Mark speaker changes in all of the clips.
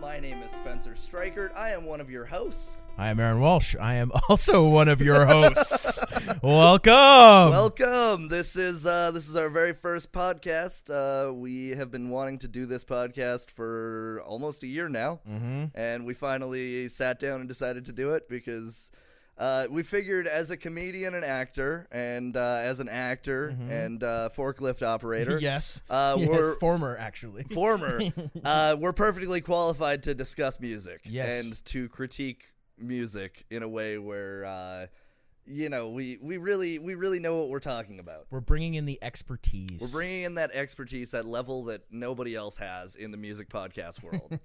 Speaker 1: My name is Spencer Strikert. I am one of your hosts.
Speaker 2: I am Aaron Walsh. I am also one of your hosts. Welcome.
Speaker 1: Welcome. This is uh, this is our very first podcast. Uh, we have been wanting to do this podcast for almost a year now,
Speaker 2: hmm
Speaker 1: and we finally sat down and decided to do it because uh, we figured as a comedian and actor, and uh, as an actor and uh, forklift operator,
Speaker 2: Yes.
Speaker 1: Uh,
Speaker 2: yes.
Speaker 1: we're-
Speaker 2: Former, actually.
Speaker 1: former, uh, we're perfectly qualified to discuss music
Speaker 2: Yes.
Speaker 1: and to critique music in a way where, uh, you know, we, we really we really know what we're talking about.
Speaker 2: We're bringing in the expertise.
Speaker 1: We're bringing in that expertise, that level that nobody else has in the music podcast world.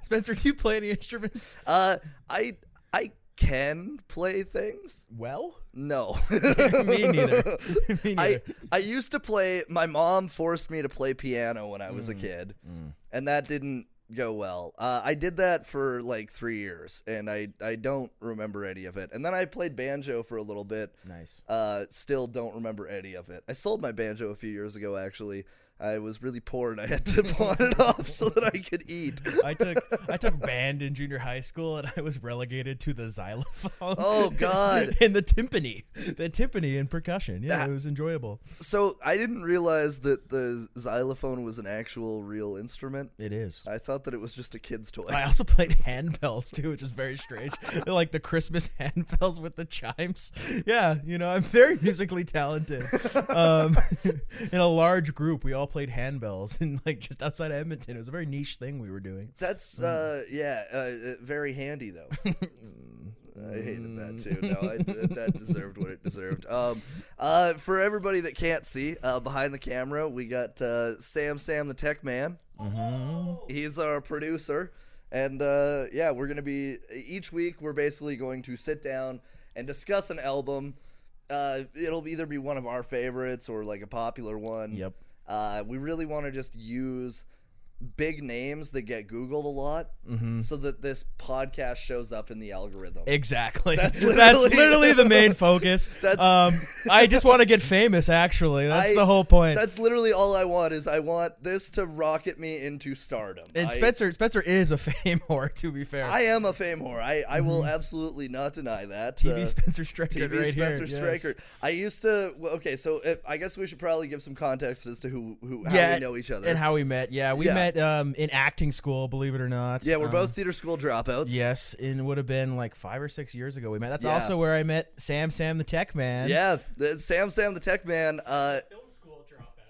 Speaker 2: Spencer, do you play any instruments?
Speaker 1: uh, I I can play things.
Speaker 2: Well,
Speaker 1: No,
Speaker 2: me neither. me neither.
Speaker 1: I I used to play. My mom forced me to play piano when I was a
Speaker 2: Mm,
Speaker 1: kid, and that didn't go well. Uh, I did that for like three years, and I I don't remember any of it. And then I played banjo for a little bit.
Speaker 2: nice.
Speaker 1: Uh, still don't remember any of it. I sold my banjo a few years ago. Actually, I was really poor and I had to pawn it off so that I could eat.
Speaker 2: I took I took band in junior high school and I was relegated to the xylophone.
Speaker 1: Oh, God.
Speaker 2: and the timpani, the timpani and percussion. Yeah,
Speaker 1: That-
Speaker 2: it was enjoyable.
Speaker 1: So I didn't realize that the xylophone was an actual real instrument.
Speaker 2: It is.
Speaker 1: I thought that it was just a kid's toy.
Speaker 2: I also played handbells too, which is very strange. They're like the Christmas handbells with the chimes. Yeah, you know, I'm very musically talented. Um, in a large group, we all played handbells and like just outside of Edmonton. It was a very niche thing we were doing.
Speaker 1: That's uh, yeah, uh, uh, very handy though. Mm, I hated that too. No, I, th- that deserved what it deserved. Um, uh, for everybody that can't see uh, behind the camera, we got uh, Sam, Sam the Tech Man. He's our producer, and uh, yeah, we're gonna be each week. We're basically going to sit down and discuss an album. Uh, it'll either be one of our favorites or like a popular one.
Speaker 2: Yep.
Speaker 1: Uh, we really want to just use big names that get Googled a lot
Speaker 2: Mm-hmm.
Speaker 1: so that this podcast shows up in the algorithm.
Speaker 2: Exactly.
Speaker 1: That's
Speaker 2: That's
Speaker 1: literally-
Speaker 2: literally, the main focus.
Speaker 1: That's-
Speaker 2: um, I just want to get famous. Actually, that's
Speaker 1: I-
Speaker 2: the whole point.
Speaker 1: That's literally all I want is I want this to rocket me into stardom.
Speaker 2: and
Speaker 1: I-
Speaker 2: Spencer, Spencer is a fame whore. To be fair,
Speaker 1: I, am a fame whore. I, I will absolutely not deny that.
Speaker 2: TV
Speaker 1: Uh,
Speaker 2: Mm-hmm. Spencer Striker.
Speaker 1: TV
Speaker 2: right
Speaker 1: Spencer
Speaker 2: here. yes.
Speaker 1: Stryker. I used to. Well, okay, so if, I guess we should probably give some context as to who who how we know each other.
Speaker 2: and how we met. Yeah, we
Speaker 1: Yeah.
Speaker 2: met um, in acting school, believe it or not.
Speaker 1: yeah, we're
Speaker 2: Um,
Speaker 1: both theater school dropouts.
Speaker 2: Yes, and it would have been like five or six years ago we met. That's
Speaker 1: Yeah.
Speaker 2: also where I met Sam, Sam the Tech Man.
Speaker 1: yeah. the- Sam, Sam the Tech Man. Uh,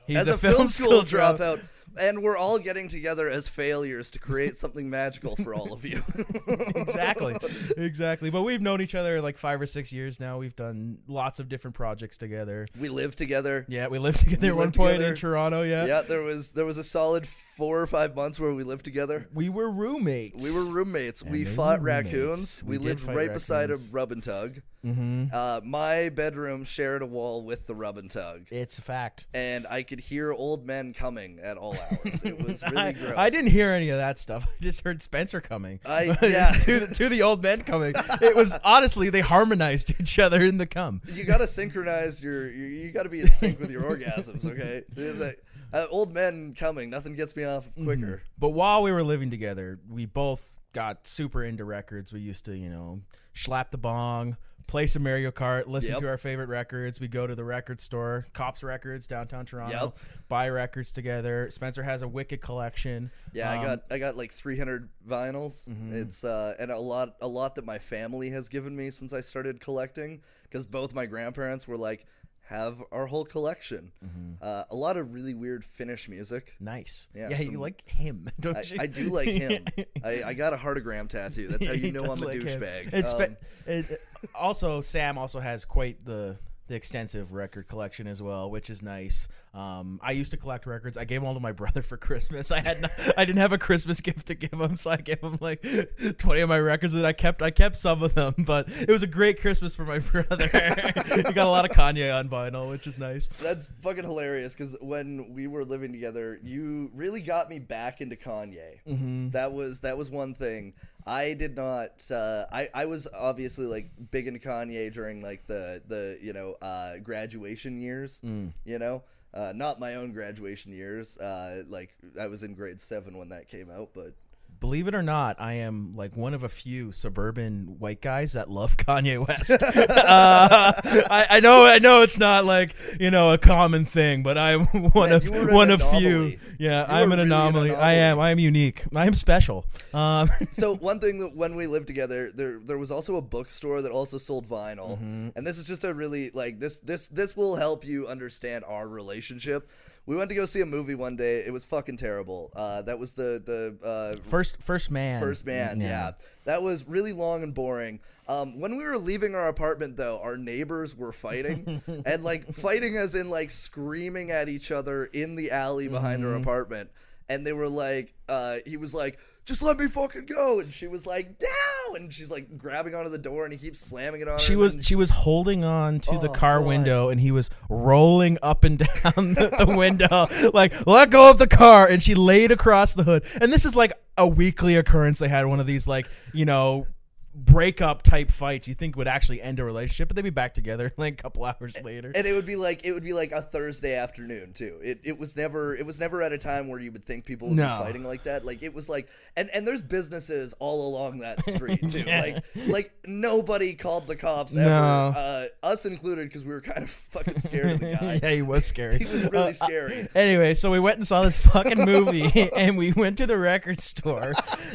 Speaker 2: he's
Speaker 1: as a, film school dropout. And we're all getting together as failures to create something magical for all of you.
Speaker 2: exactly, exactly. But we've known each other like five or six years now. We've done lots of different projects together.
Speaker 1: we live together.
Speaker 2: Yeah, we lived together
Speaker 1: We
Speaker 2: at one
Speaker 1: lived
Speaker 2: point
Speaker 1: together.
Speaker 2: in Toronto. Yeah.
Speaker 1: Yeah, there was there was a solid four or five months where we lived together.
Speaker 2: we were roommates.
Speaker 1: We were roommates. we
Speaker 2: they were
Speaker 1: fought
Speaker 2: roommates.
Speaker 1: raccoons. We,
Speaker 2: We did
Speaker 1: lived right
Speaker 2: fight
Speaker 1: beside a
Speaker 2: raccoons.
Speaker 1: rub and tug. Mm-hmm. Uh, my bedroom shared a wall with the rub and tug,
Speaker 2: It's a fact.
Speaker 1: and I could hear old men coming at all hours. It was really
Speaker 2: I,
Speaker 1: gross.
Speaker 2: I didn't hear any of that stuff. I just heard Spencer coming.
Speaker 1: I- yeah.
Speaker 2: to the, to the old men coming. It was honestly they harmonized each other in the cum.
Speaker 1: you gotta synchronize your you, you gotta be in sync with your orgasms okay It's like, uh, old men coming nothing gets me off
Speaker 2: Mm-hmm.
Speaker 1: quicker
Speaker 2: But while we were living together, we both got super into records. We used to, you know, slap the bong, play some Mario Kart, listen
Speaker 1: Yep.
Speaker 2: to our favorite records. We go to the record store, Cops Records, downtown Toronto,
Speaker 1: Yep.
Speaker 2: buy records together. Spencer has a wicked collection.
Speaker 1: yeah
Speaker 2: Um, mm-hmm.
Speaker 1: i got i got like 300 vinyls it's uh and a lot a lot that my family has given me since i started collecting because both my grandparents were like have our whole collection
Speaker 2: Mm-hmm.
Speaker 1: uh, a lot of really weird finnish music
Speaker 2: Nice.
Speaker 1: Yeah,
Speaker 2: Yeah,
Speaker 1: some-
Speaker 2: you like him, don't
Speaker 1: I,
Speaker 2: you?
Speaker 1: I do like him. I, I got a heartogram tattoo. That's how you
Speaker 2: He
Speaker 1: know I'm
Speaker 2: does
Speaker 1: a
Speaker 2: like him.
Speaker 1: douchebag.
Speaker 2: It's spe-
Speaker 1: Um,
Speaker 2: it- also Sam also has quite the the extensive record collection as well, which is nice. Um, I used to collect records. I gave them all to my brother for Christmas. I had no, I didn't have a Christmas gift to give him, so I gave him like twenty of my records that I kept. I kept some of them, but it was a great Christmas for my brother. he got a lot of Kanye on vinyl, which is nice.
Speaker 1: That's fucking hilarious because when we were living together, you really got me back into Kanye. That was that was one thing. I did not. Uh, I I was obviously like big into Kanye during like the the you know uh, graduation years. You know, uh, not my own graduation years. Uh, like I was in grade seven when that came out, but
Speaker 2: believe it or not, I am like one of a few suburban white guys that love Kanye West. uh, I, I know, I know, it's not like you know a common thing, but I'm one
Speaker 1: Man,
Speaker 2: of
Speaker 1: you are an
Speaker 2: one of
Speaker 1: anomaly.
Speaker 2: few. Yeah,
Speaker 1: You
Speaker 2: I'm
Speaker 1: are
Speaker 2: an
Speaker 1: really an
Speaker 2: anomaly. I am. I am unique. I am special. Um,
Speaker 1: so one thing that when we lived together, there there was also a bookstore that also sold vinyl, and this is just a really like this this this will help you understand our relationship. We went to go see a movie one day. It was fucking terrible. Uh, that was the the uh,
Speaker 2: first, first man.
Speaker 1: First man, yeah. That was really long and boring. Um, when we were leaving our apartment, though, our neighbors were fighting, and like fighting as in like screaming at each other in the alley behind
Speaker 2: Mm-hmm.
Speaker 1: our apartment. And they were like, uh, he was like, "Just let me fucking go," and she was like, "No," and she's like grabbing onto the door, and he keeps slamming it on.
Speaker 2: She
Speaker 1: her,
Speaker 2: was
Speaker 1: and
Speaker 2: she was holding on to the
Speaker 1: Oh,
Speaker 2: car
Speaker 1: God.
Speaker 2: window and he was rolling up and down the, the window like let go of the car and she laid across the hood and this is like a weekly occurrence they had one of these like you know breakup type fights you think would actually end a relationship but they'd be back together like a couple hours later
Speaker 1: and it would be like it would be like a Thursday afternoon too. It it was never it was never at a time where you would think people would
Speaker 2: No.
Speaker 1: be fighting like that. Like it was like and and there's businesses all along that street too.
Speaker 2: Yeah.
Speaker 1: Like like nobody called the cops ever,
Speaker 2: No.
Speaker 1: uh, us included, because we were kind of fucking scared of the guy.
Speaker 2: yeah Uh, he was scary
Speaker 1: He was really scary.
Speaker 2: Anyway, so we went and saw this fucking movie, and we went to the record store,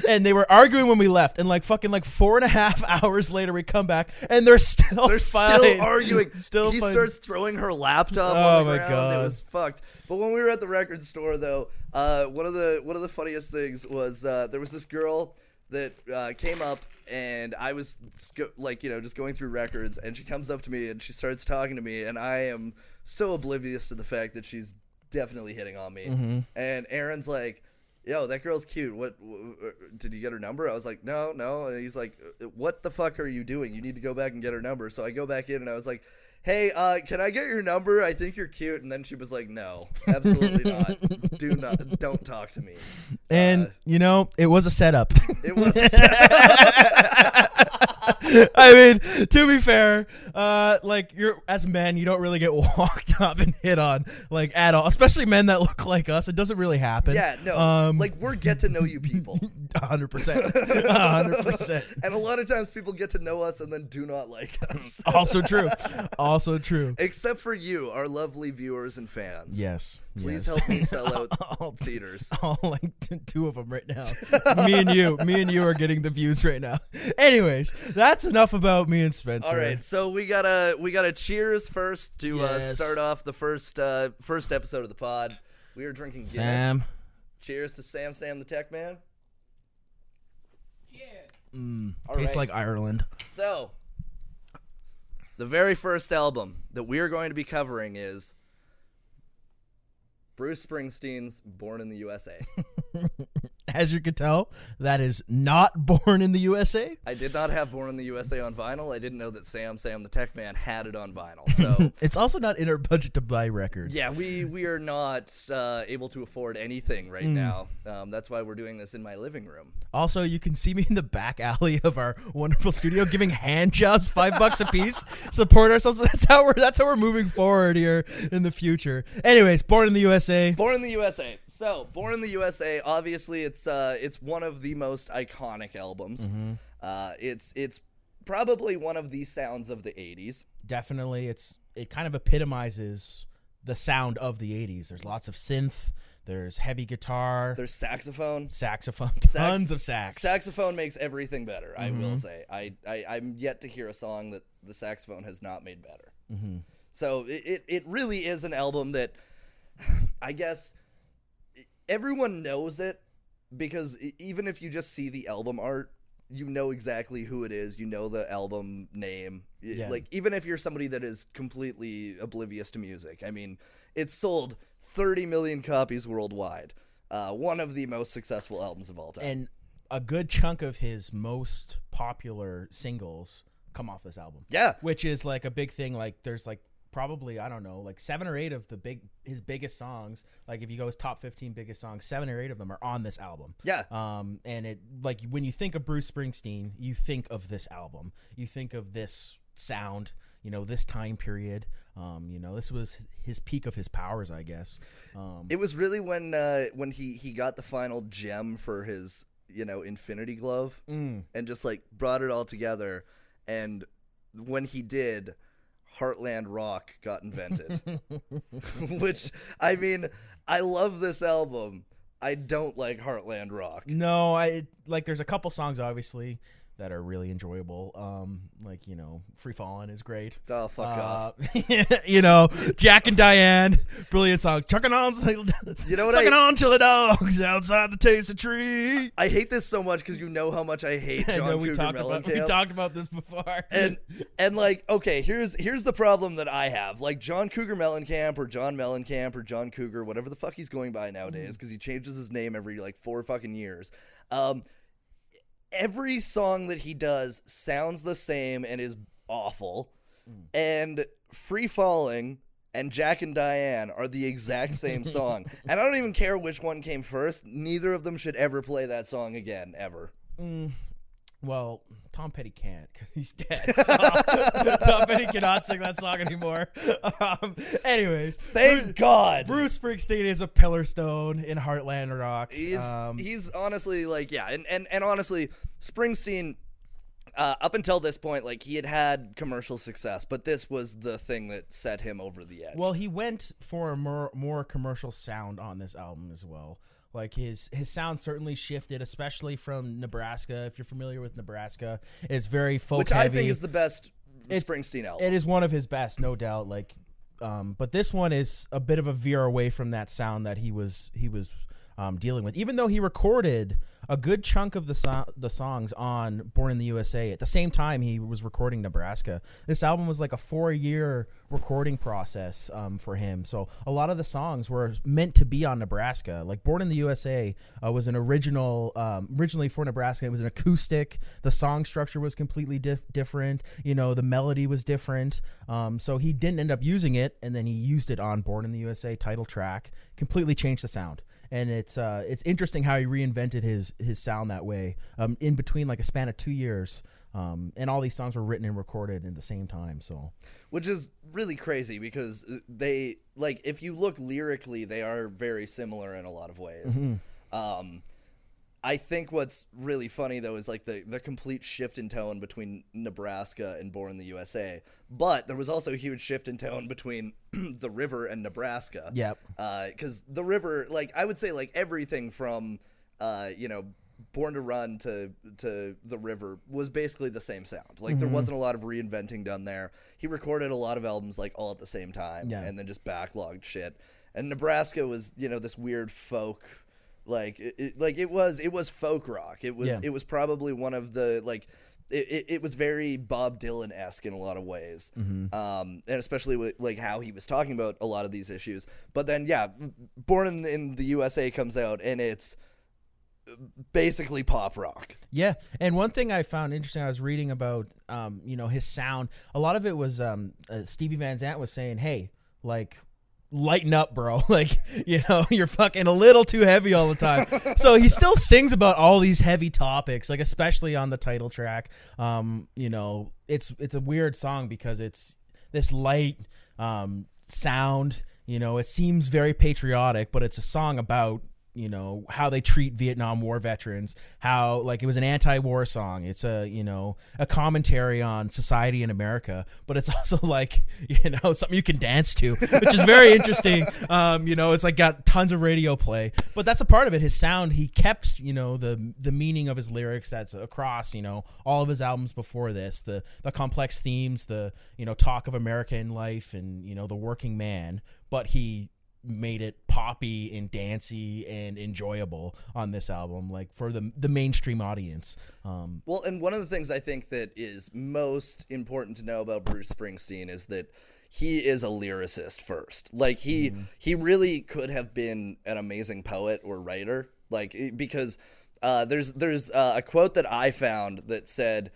Speaker 2: and they were arguing when we left, and like fucking like four and a half hours later, we come back, and they're still
Speaker 1: They're
Speaker 2: fighting.
Speaker 1: still arguing.
Speaker 2: still
Speaker 1: he
Speaker 2: fighting.
Speaker 1: starts throwing her laptop
Speaker 2: Oh
Speaker 1: on the
Speaker 2: my
Speaker 1: ground.
Speaker 2: God.
Speaker 1: It was fucked. But when we were at the record store, though, uh, one of the one of the funniest things was uh, there was this girl that uh, came up, and I was sc- like, you know, just going through records, and she comes up to me and she starts talking to me, and I am so oblivious to the fact that she's definitely hitting on me.
Speaker 2: Mm-hmm.
Speaker 1: And Aaron's like. Yo, that girl's cute. What w- w- did you get her number? I was like, no, no. And he's like, uh, what the fuck are you doing? You need to go back and get her number. So I go back in and I was like, hey, uh, can I get your number? I think you're cute. And then she was like, no, absolutely not. Do not, don't talk to me.
Speaker 2: and
Speaker 1: Uh,
Speaker 2: you know, it was a setup.
Speaker 1: it was
Speaker 2: I mean, to be fair, uh, like you're as men, you don't really get walked up and hit on like at all, especially men that look like us. It doesn't really happen.
Speaker 1: yeah, no,
Speaker 2: Um,
Speaker 1: like we're get to know you people.
Speaker 2: hundred percent, hundred percent.
Speaker 1: And a lot of times people get to know us and then do not like us.
Speaker 2: Also true. Also true.
Speaker 1: Except for you, our lovely viewers and fans.
Speaker 2: Yes.
Speaker 1: Please
Speaker 2: yes. Oh,
Speaker 1: help me sell out
Speaker 2: I'll-
Speaker 1: theaters.
Speaker 2: all like t- two of them right now. me and you, me and you are getting the views right now. Anyways, that's enough about me and Spencer.
Speaker 1: All right, so we gotta we gotta cheers first to uh,
Speaker 2: Yes.
Speaker 1: start off the first uh, first episode of the pod. We are drinking Guinness.
Speaker 2: Sam.
Speaker 1: Cheers to Sam, Sam the Tech Man. All
Speaker 2: Tastes
Speaker 1: right.
Speaker 2: like Ireland.
Speaker 1: So, the very first album that we are going to be covering is Bruce Springsteen's "Born in the USA."
Speaker 2: As you can tell, that is not born in the USA.
Speaker 1: I did not have "Born in the USA" on vinyl. I didn't know that Sam, Sam the Tech Man, had it on vinyl. So.
Speaker 2: It's also not in our budget to buy records.
Speaker 1: Yeah, we we are not uh, able to afford anything right
Speaker 2: Mm.
Speaker 1: now. Um, that's why we're doing this in my living room.
Speaker 2: Also, you can see me in the back alley of our wonderful studio giving hand jobs, five bucks a piece. Support ourselves. That's how we're. That's how we're moving forward here in the future. Anyways, born in the USA.
Speaker 1: Born in the USA. So, Born in the USA. Obviously, it's uh, it's one of the most iconic albums. Uh, it's it's probably one of the sounds of the '80s.
Speaker 2: definitely it's it kind of epitomizes the sound of the 80s there's lots of synth there's heavy guitar
Speaker 1: There's saxophone.
Speaker 2: saxophone
Speaker 1: Sax-
Speaker 2: tons of sax
Speaker 1: Saxophone makes everything better. I
Speaker 2: Mm-hmm.
Speaker 1: will say. I, I I'm yet to hear a song that the saxophone has not made better.
Speaker 2: Mm-hmm.
Speaker 1: So it, it it really is an album that I guess everyone knows it because e- even if you just see the album art, you know exactly who it is. You know the album name. Y-
Speaker 2: Yeah.
Speaker 1: Like even if you're somebody that is completely oblivious to music, I mean, it's sold 30 million copies worldwide. Uh, one of the most successful albums of all time.
Speaker 2: and a good chunk of his most popular singles come off this album
Speaker 1: yeah,
Speaker 2: which is like a big thing like there's like probably i don't know like seven or eight of the big his biggest songs like if you go his top 15 biggest songs seven or eight of them are on this album
Speaker 1: yeah.
Speaker 2: Um, and it like when you think of Bruce Springsteen, you think of this album, you think of this sound, you know, this time period. Um, you know, this was his peak of his powers, I guess. Um,
Speaker 1: It was really when uh, when he he got the final gem for his you know Infinity Glove
Speaker 2: Mm.
Speaker 1: and just like brought it all together. And when he did, Heartland Rock got invented. Which, I mean, I love this album. I don't like Heartland Rock.
Speaker 2: No, I like. There's a couple songs obviously that are really enjoyable. Um, like you know, Free Fallin' is great.
Speaker 1: Oh, fuck off.
Speaker 2: Uh, you know, Jack and Diane, brilliant song. Chucking on, you
Speaker 1: You know what
Speaker 2: Sucking
Speaker 1: I-
Speaker 2: on till the dogs outside the taste of tree.
Speaker 1: I hate this so much because you know how much I hate
Speaker 2: I
Speaker 1: John
Speaker 2: know we
Speaker 1: Cougar
Speaker 2: talked about we
Speaker 1: Mellencamp.
Speaker 2: talked about this before.
Speaker 1: and and like okay here's here's the problem that i have like john cougar mellencamp or john mellencamp or john cougar whatever the fuck he's going by nowadays because he changes his name every like four fucking years um every song that he does sounds the same and is awful and free falling and Jack and Diane are the exact same song. and I don't even care which one came first. Neither of them should ever play that song again, ever.
Speaker 2: well, Tom Petty can't because he's dead. So Tom Petty cannot sing that song anymore. Um, anyways,
Speaker 1: Thank God.
Speaker 2: Bruce Springsteen is a pillar stone in Heartland Rock.
Speaker 1: He's
Speaker 2: Um,
Speaker 1: he's honestly like yeah, and and and honestly, Springsteen. Uh, up until this point, like he had had commercial success, but this was the thing that set him over the edge.
Speaker 2: Well, he went for a more, more commercial sound on this album as well. Like his his sound certainly shifted, especially from Nebraska. If you're familiar with Nebraska, it's very folk
Speaker 1: which I
Speaker 2: heavy.
Speaker 1: think is the best Springsteen album.
Speaker 2: it is one of his best, no doubt. Like, um, but this one is a bit of a veer away from that sound that he was he was um, dealing with. Even though he recorded a good chunk of the so- the songs on Born in the USA at the same time he was recording Nebraska. This album was like a four year recording process um, for him. So a lot of the songs were meant to be on Nebraska. Like Born in the USA uh, was an original, um, originally for Nebraska. It was an acoustic. The song structure was completely dif- different. You know, the melody was different. Um, so he didn't end up using it, and then he used it on Born in the USA title track. Completely changed the sound. And it's uh, it's interesting how he reinvented his his sound that way um, in between like a span of two years, um, and all these songs were written and recorded at the same time. So
Speaker 1: which is really crazy because they like if you look lyrically they are very similar in a lot of ways um i think what's really funny though is like the the complete shift in tone between nebraska and born in the usa but there was also a huge shift in tone between the river and nebraska
Speaker 2: Yep.
Speaker 1: because Uh, the river like i would say like everything from uh you know born to run to to the river was basically the same sound like there wasn't a lot of reinventing done there he recorded a lot of albums like all at the same time
Speaker 2: Yeah.
Speaker 1: and then just backlogged shit and nebraska was you know this weird folk like it, it- like it was it was folk rock it was
Speaker 2: Yeah.
Speaker 1: it was probably one of the like it, it, it was very Bob Dylan esque in a lot of ways, um, and especially with like how he was talking about a lot of these issues. But then, yeah, Born in, in the USA comes out, and it's basically pop rock.
Speaker 2: Yeah, and one thing I found interesting, I was reading about, um, you know, his sound. A lot of it was um, uh, Stevie Van Zandt was saying, "Hey, like, lighten up, bro. like, you know, you're fucking a little too heavy all the time." so he still sings about all these heavy topics, like especially on the title track. Um, you know, it's it's a weird song because it's this light um, sound. You know, it seems very patriotic, but it's a song about you know how they treat Vietnam War veterans. How like it was an anti-war song. It's a you know a commentary on society in America, but it's also like you know something you can dance to, which is very interesting. Um, you know, it's like got tons of radio play, but that's a part of it. His sound, he kept you know the the meaning of his lyrics that's across you know all of his albums before this. The the complex themes, the you know talk of American life and you know the working man, but he made it poppy and dancey and enjoyable on this album like for the the mainstream audience um
Speaker 1: Well, and one of the things I think that is most important to know about Bruce Springsteen is that he is a lyricist first. Like he he really could have been an amazing poet or writer, like it- because uh, there's there's uh, a quote that I found that said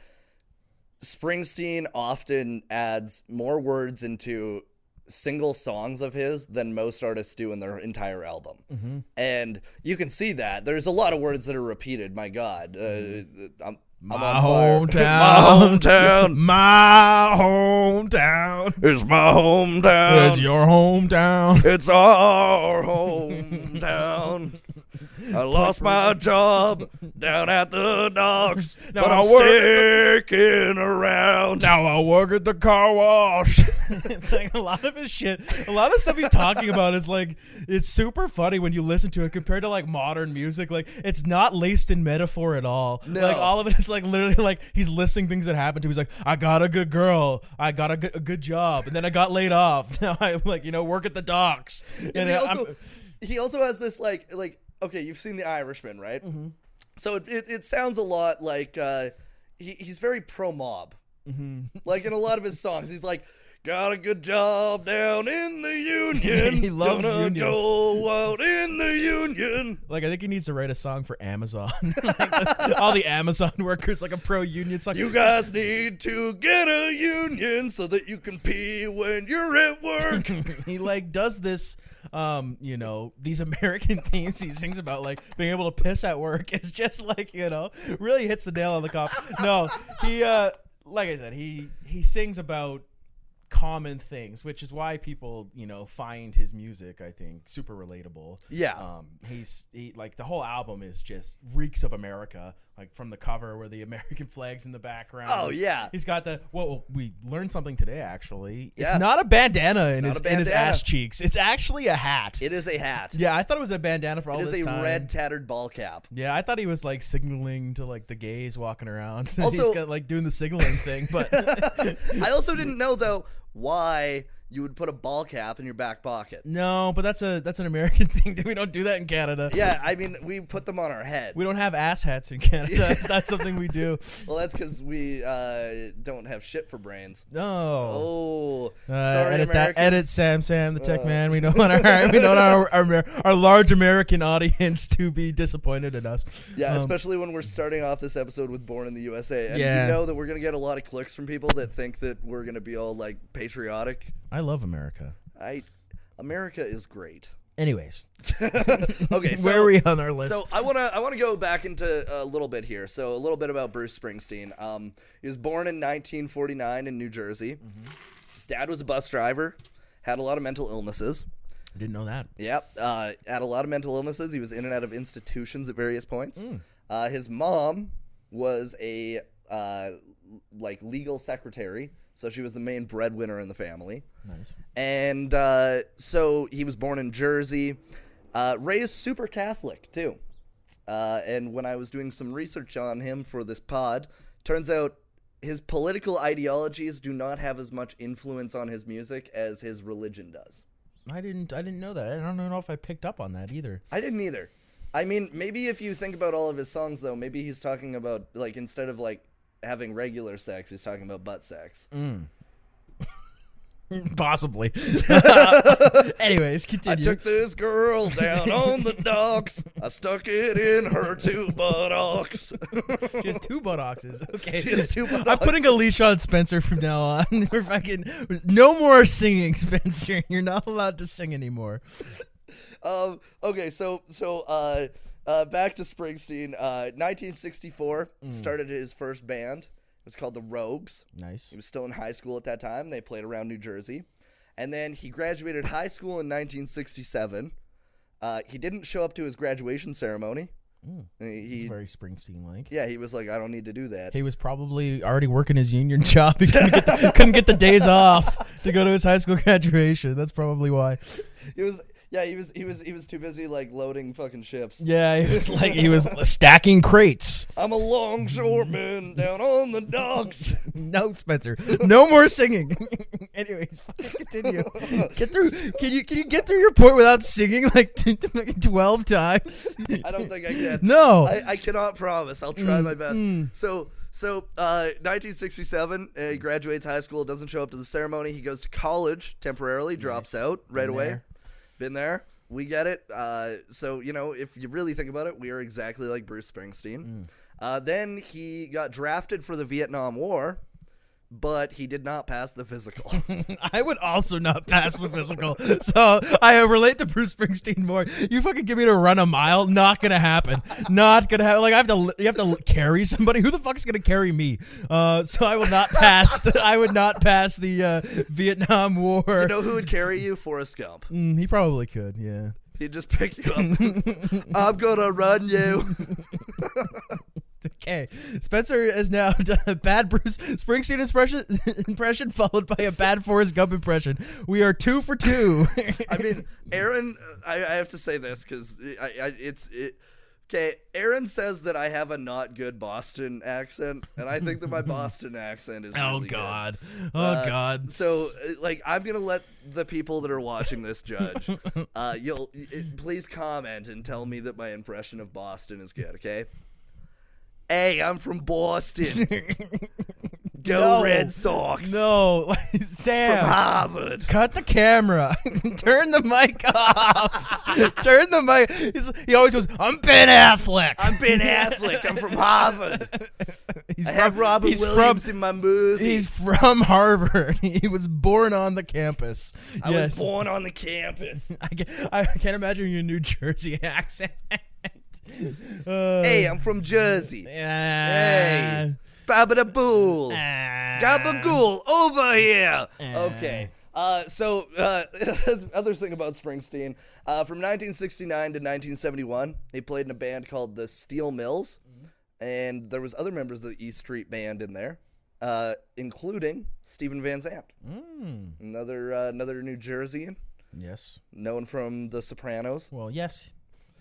Speaker 1: Springsteen often adds more words into single songs of his than most artists do in their entire album.
Speaker 2: Mm-hmm.
Speaker 1: And you can see that. There's a lot of words that are repeated. My God. Uh, I'm, I'm
Speaker 2: Mm-hmm. my
Speaker 1: on fire.
Speaker 2: hometown
Speaker 1: hometown
Speaker 2: my hometown
Speaker 1: is my hometown.
Speaker 2: it's your hometown
Speaker 1: It's our hometown. I lost my job down at the docks,
Speaker 2: Now
Speaker 1: but
Speaker 2: I'm
Speaker 1: I'm
Speaker 2: work-
Speaker 1: sticking around.
Speaker 2: Now I work at the car wash. it's like a lot of his shit. A lot of the stuff he's talking about is like it's super funny when you listen to it compared to like modern music. Like it's not laced in metaphor at all.
Speaker 1: No.
Speaker 2: Like all of it is like literally like he's listing things that happened to. him. He's like, I got a good girl, I got a good, a good job, and then I got laid off. Now I'm like, you know, work at the docks.
Speaker 1: And
Speaker 2: And
Speaker 1: he
Speaker 2: I'm-
Speaker 1: also, he also has this like like okay, you've seen The Irishman, right?
Speaker 2: Mm-hmm.
Speaker 1: So it, it it sounds a lot like uh, he he's very pro mob.
Speaker 2: Mm-hmm.
Speaker 1: Like in a lot of his songs, he's like. Got a good job down in the union.
Speaker 2: He loves
Speaker 1: Gonna
Speaker 2: unions.
Speaker 1: Go out in the union.
Speaker 2: like I think he needs to write a song for Amazon. Like, all the Amazon workers, like a pro union song.
Speaker 1: You guys need to get a union so that you can pee when you're at work.
Speaker 2: he like does this um you know these american themes he sings about like being able to piss at work it's just like you know really hits the nail on the cop no he uh like i said he he sings about common things which is why people you know find his music i think super relatable
Speaker 1: Yeah.
Speaker 2: um he's he like the whole album is just reeks of america like from the cover where the american flags in the background
Speaker 1: Oh, yeah.
Speaker 2: he's got the well we learned something today actually
Speaker 1: Yeah.
Speaker 2: it's not a bandana in
Speaker 1: not
Speaker 2: his,
Speaker 1: a
Speaker 2: in his
Speaker 1: bandana.
Speaker 2: ass cheeks. It's actually a hat.
Speaker 1: It is a hat.
Speaker 2: yeah, I thought it was a bandana for all
Speaker 1: it is
Speaker 2: this
Speaker 1: a
Speaker 2: time.
Speaker 1: red tattered ball cap.
Speaker 2: yeah, I thought he was like signaling to like the gays walking around.
Speaker 1: Also-
Speaker 2: he's got, like doing the signaling thing, but
Speaker 1: I also didn't know though why you would put a ball cap in your back pocket.
Speaker 2: no, but that's a that's an American thing. We don't do that in Canada.
Speaker 1: Yeah, I mean we put them on our head.
Speaker 2: We don't have ass hats in Canada. It's not something we do.
Speaker 1: Well, that's because we uh, don't have shit for brains.
Speaker 2: No.
Speaker 1: Oh,
Speaker 2: Uh,
Speaker 1: sorry,
Speaker 2: edit
Speaker 1: Americans. Uh,
Speaker 2: that. Edit Sam Sam the tech man. We don't want our we don't want our, our our large American audience to be disappointed in us.
Speaker 1: Yeah,
Speaker 2: Um,
Speaker 1: especially when we're starting off this episode with "Born in the USA," and
Speaker 2: Yeah.
Speaker 1: you know that we're gonna get a lot of clicks from people that think that we're gonna be all like patriotic.
Speaker 2: I love America.
Speaker 1: I, America is great.
Speaker 2: Anyways,
Speaker 1: Okay, so
Speaker 2: where are we on our list?
Speaker 1: So I want to I want to go back into a little bit here. So a little bit about Bruce Springsteen. Um, he was born in 1949 in New Jersey. His dad was a bus driver, had a lot of mental illnesses.
Speaker 2: Didn't know that.
Speaker 1: Yep, uh, had a lot of mental illnesses. He was in and out of institutions at various points. Uh, his mom was a uh, like legal secretary, so she was the main breadwinner in the family.
Speaker 2: Nice.
Speaker 1: And uh, so he was born in Jersey, uh, raised super Catholic too. Uh, and when I was doing some research on him for this pod, turns out his political ideologies do not have as much influence on his music as his religion does.
Speaker 2: I didn't. I didn't know that. I don't know if I picked up on that either.
Speaker 1: I didn't either. I mean, maybe if you think about all of his songs, though, maybe he's talking about like instead of like having regular sex, he's talking about butt sex.
Speaker 2: Possibly. Anyways,
Speaker 1: I
Speaker 2: continue.
Speaker 1: took this girl down on the docks. I stuck it in her two buttocks.
Speaker 2: she has two buttocks. Okay.
Speaker 1: She has two
Speaker 2: I'm putting a leash on Spencer from now on. We're fucking. No more singing, Spencer. You're not allowed to sing anymore.
Speaker 1: um, okay, so so uh, uh, back to Springsteen. Uh, 1964 started his first band. It was called the Rogues.
Speaker 2: Nice.
Speaker 1: He was still in high school at that time. They played around New Jersey. And then he graduated high school in 1967. Uh, he didn't show up to his graduation ceremony. He, he-
Speaker 2: Hmm. Very Springsteen-like.
Speaker 1: yeah, he was like, I don't need to do that.
Speaker 2: He was probably already working his union job. He couldn't get the, couldn't get the days off to go to his high school graduation. That's probably why.
Speaker 1: He was, yeah, he was, he was, he was too busy like loading fucking ships.
Speaker 2: Yeah, he was like he was stacking crates.
Speaker 1: I'm a longshoreman down on the docks.
Speaker 2: No, Spencer, no more singing. Anyways, continue. Get through. Can you can you get through your point without singing like t- like twelve times?
Speaker 1: I don't think I can.
Speaker 2: No.
Speaker 1: I, I cannot promise. I'll try my best. So, so uh, 1967, uh, he graduates high school, doesn't show up to the ceremony. He goes to college temporarily, drops out right away.
Speaker 2: there.
Speaker 1: Been there. We get it. Uh, so, you know, if you really think about it, we are exactly like Bruce Springsteen. Uh, then he got drafted for the Vietnam War, but he did not pass the physical.
Speaker 2: I would also not pass the physical, so I uh, relate to Bruce Springsteen more. You fucking give me to run a mile, not gonna happen. Not gonna happen. Like I have to, you have to carry somebody. Who the fuck's gonna carry me? Uh, so I will not pass. The, I would not pass the uh, Vietnam War.
Speaker 1: you know who would carry you? Forrest Gump.
Speaker 2: Mm, he Mm, probably could. Yeah.
Speaker 1: He'd just pick you up. I'm gonna run you.
Speaker 2: Okay, Spencer has now done a bad Bruce Springsteen impression, impression followed by a bad Forrest Gump impression. We are two for two.
Speaker 1: I mean, Aaron. uh, I, I have to say this because I, I, it's it. Okay, Aaron says that I have a not good Boston accent, and I think that my Boston accent is.
Speaker 2: oh
Speaker 1: really good.
Speaker 2: God! Oh
Speaker 1: Uh,
Speaker 2: God!
Speaker 1: So, uh, like, I'm gonna let the people that are watching this judge. uh, you'll y- it, please comment and tell me that my impression of Boston is good. Okay. Hey, I'm from Boston. Go
Speaker 2: No.
Speaker 1: Red Sox.
Speaker 2: No, Sam.
Speaker 1: From Harvard.
Speaker 2: Cut the camera. Turn the mic off. Turn the mic. He's- he always goes, "I'm Ben Affleck."
Speaker 1: I'm Ben Affleck. I'm from Harvard.
Speaker 2: he's
Speaker 1: I have Robin
Speaker 2: he's
Speaker 1: Williams
Speaker 2: From,
Speaker 1: in my movie.
Speaker 2: he's from Harvard. He was born on the campus.
Speaker 1: I
Speaker 2: yes.
Speaker 1: was born on the campus.
Speaker 2: I can, I can't imagine your New Jersey accent. Uh,
Speaker 1: hey, I'm from Jersey.
Speaker 2: yeah.
Speaker 1: Hey. Babadool.
Speaker 2: Ah.
Speaker 1: Gabagool, over here. Okay. Uh, so, uh, other thing about Springsteen, uh, from 1969 to 1971, he played in a band called the Steel Mills, and there was other members of the East Street Band in there, uh, including Stephen Van Zandt, another uh, another New Jerseyan,
Speaker 2: Yes.
Speaker 1: known from The Sopranos
Speaker 2: Well, yes.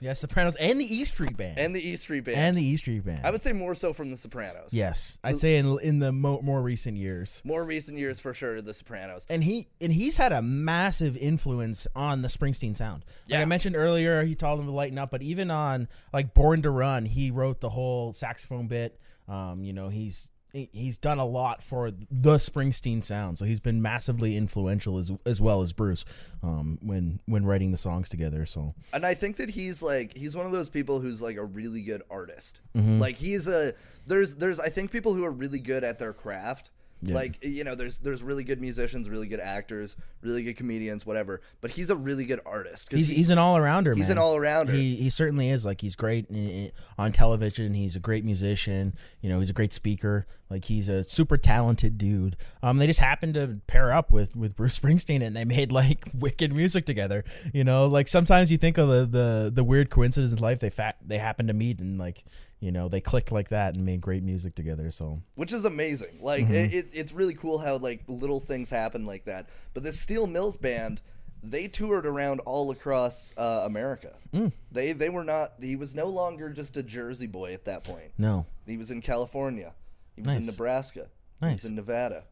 Speaker 2: Yes, Sopranos and the E Street Band.
Speaker 1: and the East Street Band.
Speaker 2: And the E Street Band.
Speaker 1: I would say more so from The Sopranos.
Speaker 2: yes. I'd say in in the mo- more recent years.
Speaker 1: More recent years for sure, The Sopranos.
Speaker 2: and he and he's had a massive influence on the Springsteen sound. Like I
Speaker 1: Yeah.
Speaker 2: mentioned earlier, he told him to lighten up, but even on like Born to Run, he wrote the whole saxophone bit. Um, you know, he's he- he's done a lot for the Springsteen sound, so he's been massively influential as as well as Bruce um, when when writing the songs together. So
Speaker 1: and I think that he's like he's one of those people who's like a really good artist.
Speaker 2: Mm-hmm.
Speaker 1: Like he's a there's there's I think people who are really good at their craft. Like you know, there's there's really good musicians, really good actors, really good comedians, whatever. But he's a really good artist because
Speaker 2: he's he's an all arounder.
Speaker 1: he's an all-arounder.
Speaker 2: He he certainly is. Like he's great in, in- on television. He's a great musician. You know, he's a great speaker. Like he's a super talented dude. Um, they just happened to pair up with with Bruce Springsteen, and they made like wicked music together. You know, like sometimes you think of the the, the weird coincidence in life. They fact they happened to meet and like you know they clicked like that and made great music together. So
Speaker 1: which is amazing. Like
Speaker 2: Mm-hmm.
Speaker 1: it, it, it's really cool how like little things happen like that. But the Steel Mills band, they toured around all across uh, America.
Speaker 2: Mm.
Speaker 1: They they were not. He was no longer just a Jersey boy at that point.
Speaker 2: no,
Speaker 1: He was in California. He was in
Speaker 2: Nice.
Speaker 1: Nebraska. He
Speaker 2: Nice.
Speaker 1: was in Nevada,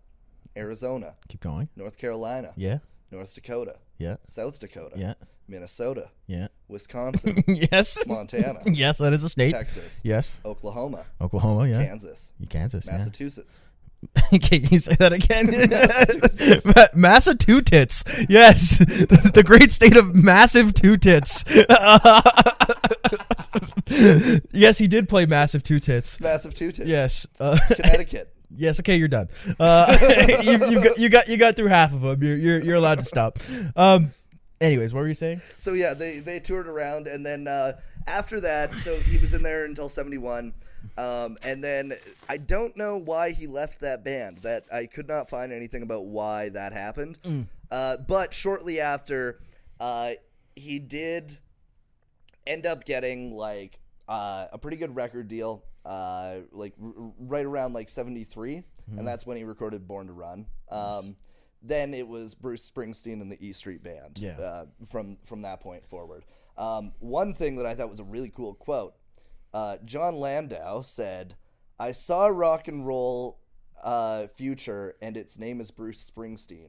Speaker 1: Arizona,
Speaker 2: keep going.
Speaker 1: North Carolina,
Speaker 2: Yeah,
Speaker 1: North Dakota,
Speaker 2: yeah,
Speaker 1: South Dakota,
Speaker 2: yeah,
Speaker 1: Minnesota,
Speaker 2: yeah.
Speaker 1: Wisconsin,
Speaker 2: yes,
Speaker 1: Montana,
Speaker 2: yes, that is a state.
Speaker 1: Texas,
Speaker 2: Yes,
Speaker 1: Oklahoma,
Speaker 2: Oklahoma. Yeah.
Speaker 1: Kansas,
Speaker 2: Kansas, yeah.
Speaker 1: Massachusetts.
Speaker 2: Can you say that again?
Speaker 1: Massachusetts.
Speaker 2: Ma- Massachusetts. Yes, the great state of massive two tits. yes, he did play massive two tits.
Speaker 1: Massive two tits.
Speaker 2: Yes. Uh,
Speaker 1: Connecticut.
Speaker 2: yes. Okay, you're done. Uh, you, you, got, you got you got through half of them. You're you're, you're allowed to stop. Um, anyways, what were you saying?
Speaker 1: So yeah, they they toured around, and then uh, after that, so he was in there until '71, um, and then I don't know why he left that band. That I could not find anything about why that happened. Uh, but shortly after, uh, he did end up getting like uh, a pretty good record deal, uh, like r- r- right around like '73, and that's when he recorded "Born to Run." Um, Then it was Bruce Springsteen and the E Street Band.
Speaker 2: Yeah.
Speaker 1: Uh, from from that point forward, um, one thing that I thought was a really cool quote, uh, John Landau said, "I saw rock and roll uh, future, and its name is Bruce Springsteen."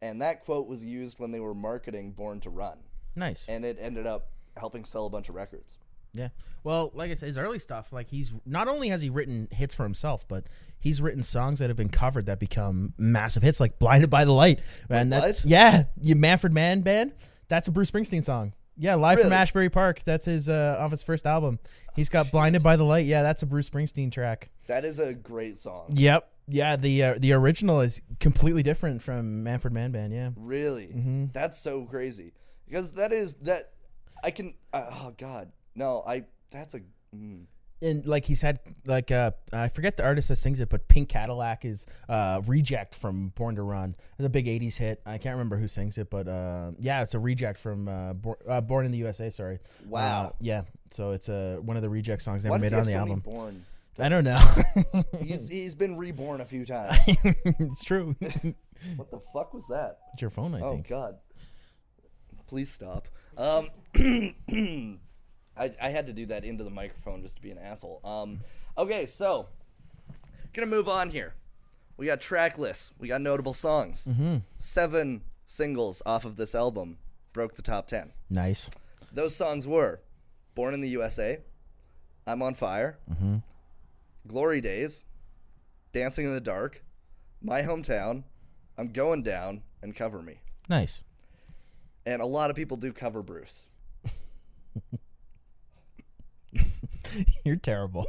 Speaker 1: And that quote was used when they were marketing "Born to Run."
Speaker 2: Nice.
Speaker 1: and it ended up helping sell a bunch of records.
Speaker 2: Yeah. Well, like I said, his early stuff, like he's not only has he written hits for himself, but he's written songs that have been covered that become massive hits, like "Blinded by the Light." And
Speaker 1: Wait,
Speaker 2: that's
Speaker 1: what?
Speaker 2: yeah, you Manfred Mann band. That's a Bruce Springsteen song. Yeah, live from
Speaker 1: Really? Oh,
Speaker 2: Ashbury Park. That's his uh, off his first album. He's got "Blinded by the Light." Yeah, that's a Bruce Springsteen track.
Speaker 1: That is a great song.
Speaker 2: Yep. Yeah, the uh, the original is completely different from Manfred Mann band. Yeah.
Speaker 1: Really,
Speaker 2: Mm-hmm.
Speaker 1: that's so crazy because that is that I can. Uh, oh God, no, I. That's a. Mm,
Speaker 2: and like he's had like uh I forget the artist that sings it, but Pink Cadillac is uh reject from Born to Run. It's a big '80s hit. I can't remember who sings it, but uh yeah, it's a reject from uh, Bor- uh Born in the USA. Sorry.
Speaker 1: Wow.
Speaker 2: Uh, yeah. So it's uh, one of the reject songs they
Speaker 1: Why
Speaker 2: ever
Speaker 1: does
Speaker 2: made
Speaker 1: he
Speaker 2: on
Speaker 1: have
Speaker 2: the
Speaker 1: so many
Speaker 2: album.
Speaker 1: born?
Speaker 2: I don't know.
Speaker 1: He's, he's been reborn a few times.
Speaker 2: it's true. it's
Speaker 1: what the fuck was that?
Speaker 2: your phone, I
Speaker 1: Oh
Speaker 2: think.
Speaker 1: God! Please stop. Um, I, I had to do that into the microphone just to be an asshole. Um, okay, so gonna move on here. We got track lists. We got notable songs. Seven singles off of this album broke the top ten.
Speaker 2: Nice.
Speaker 1: Those songs were "Born in the USA," "I'm on Fire," "Glory Days," "Dancing in the Dark," "My Hometown," "I'm Going Down," and "Cover Me."
Speaker 2: Nice.
Speaker 1: and a lot of people do cover Bruce.
Speaker 2: You're terrible.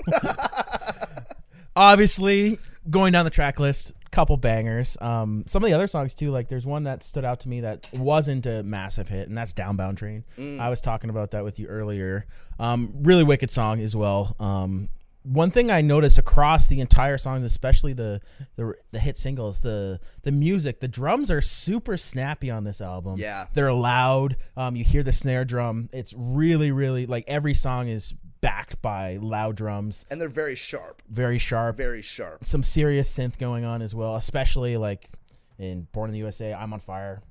Speaker 2: Obviously, going down the track list, couple bangers. Um, some of the other songs too. Like there's one that stood out to me that wasn't a massive hit, and that's Downbound Train. I was talking about that with you earlier. Um, really wicked song as well. Um, one thing I noticed across the entire songs, especially the the, the hit singles, the the music, the drums are super snappy on this album.
Speaker 1: Yeah.
Speaker 2: They're loud. Um, you hear the snare drum. It's really, really like every song is backed by loud drums,
Speaker 1: And they're very sharp,
Speaker 2: very sharp.
Speaker 1: very sharp.
Speaker 2: Some serious synth going on as well, especially like in Born in the USA, I'm on fire.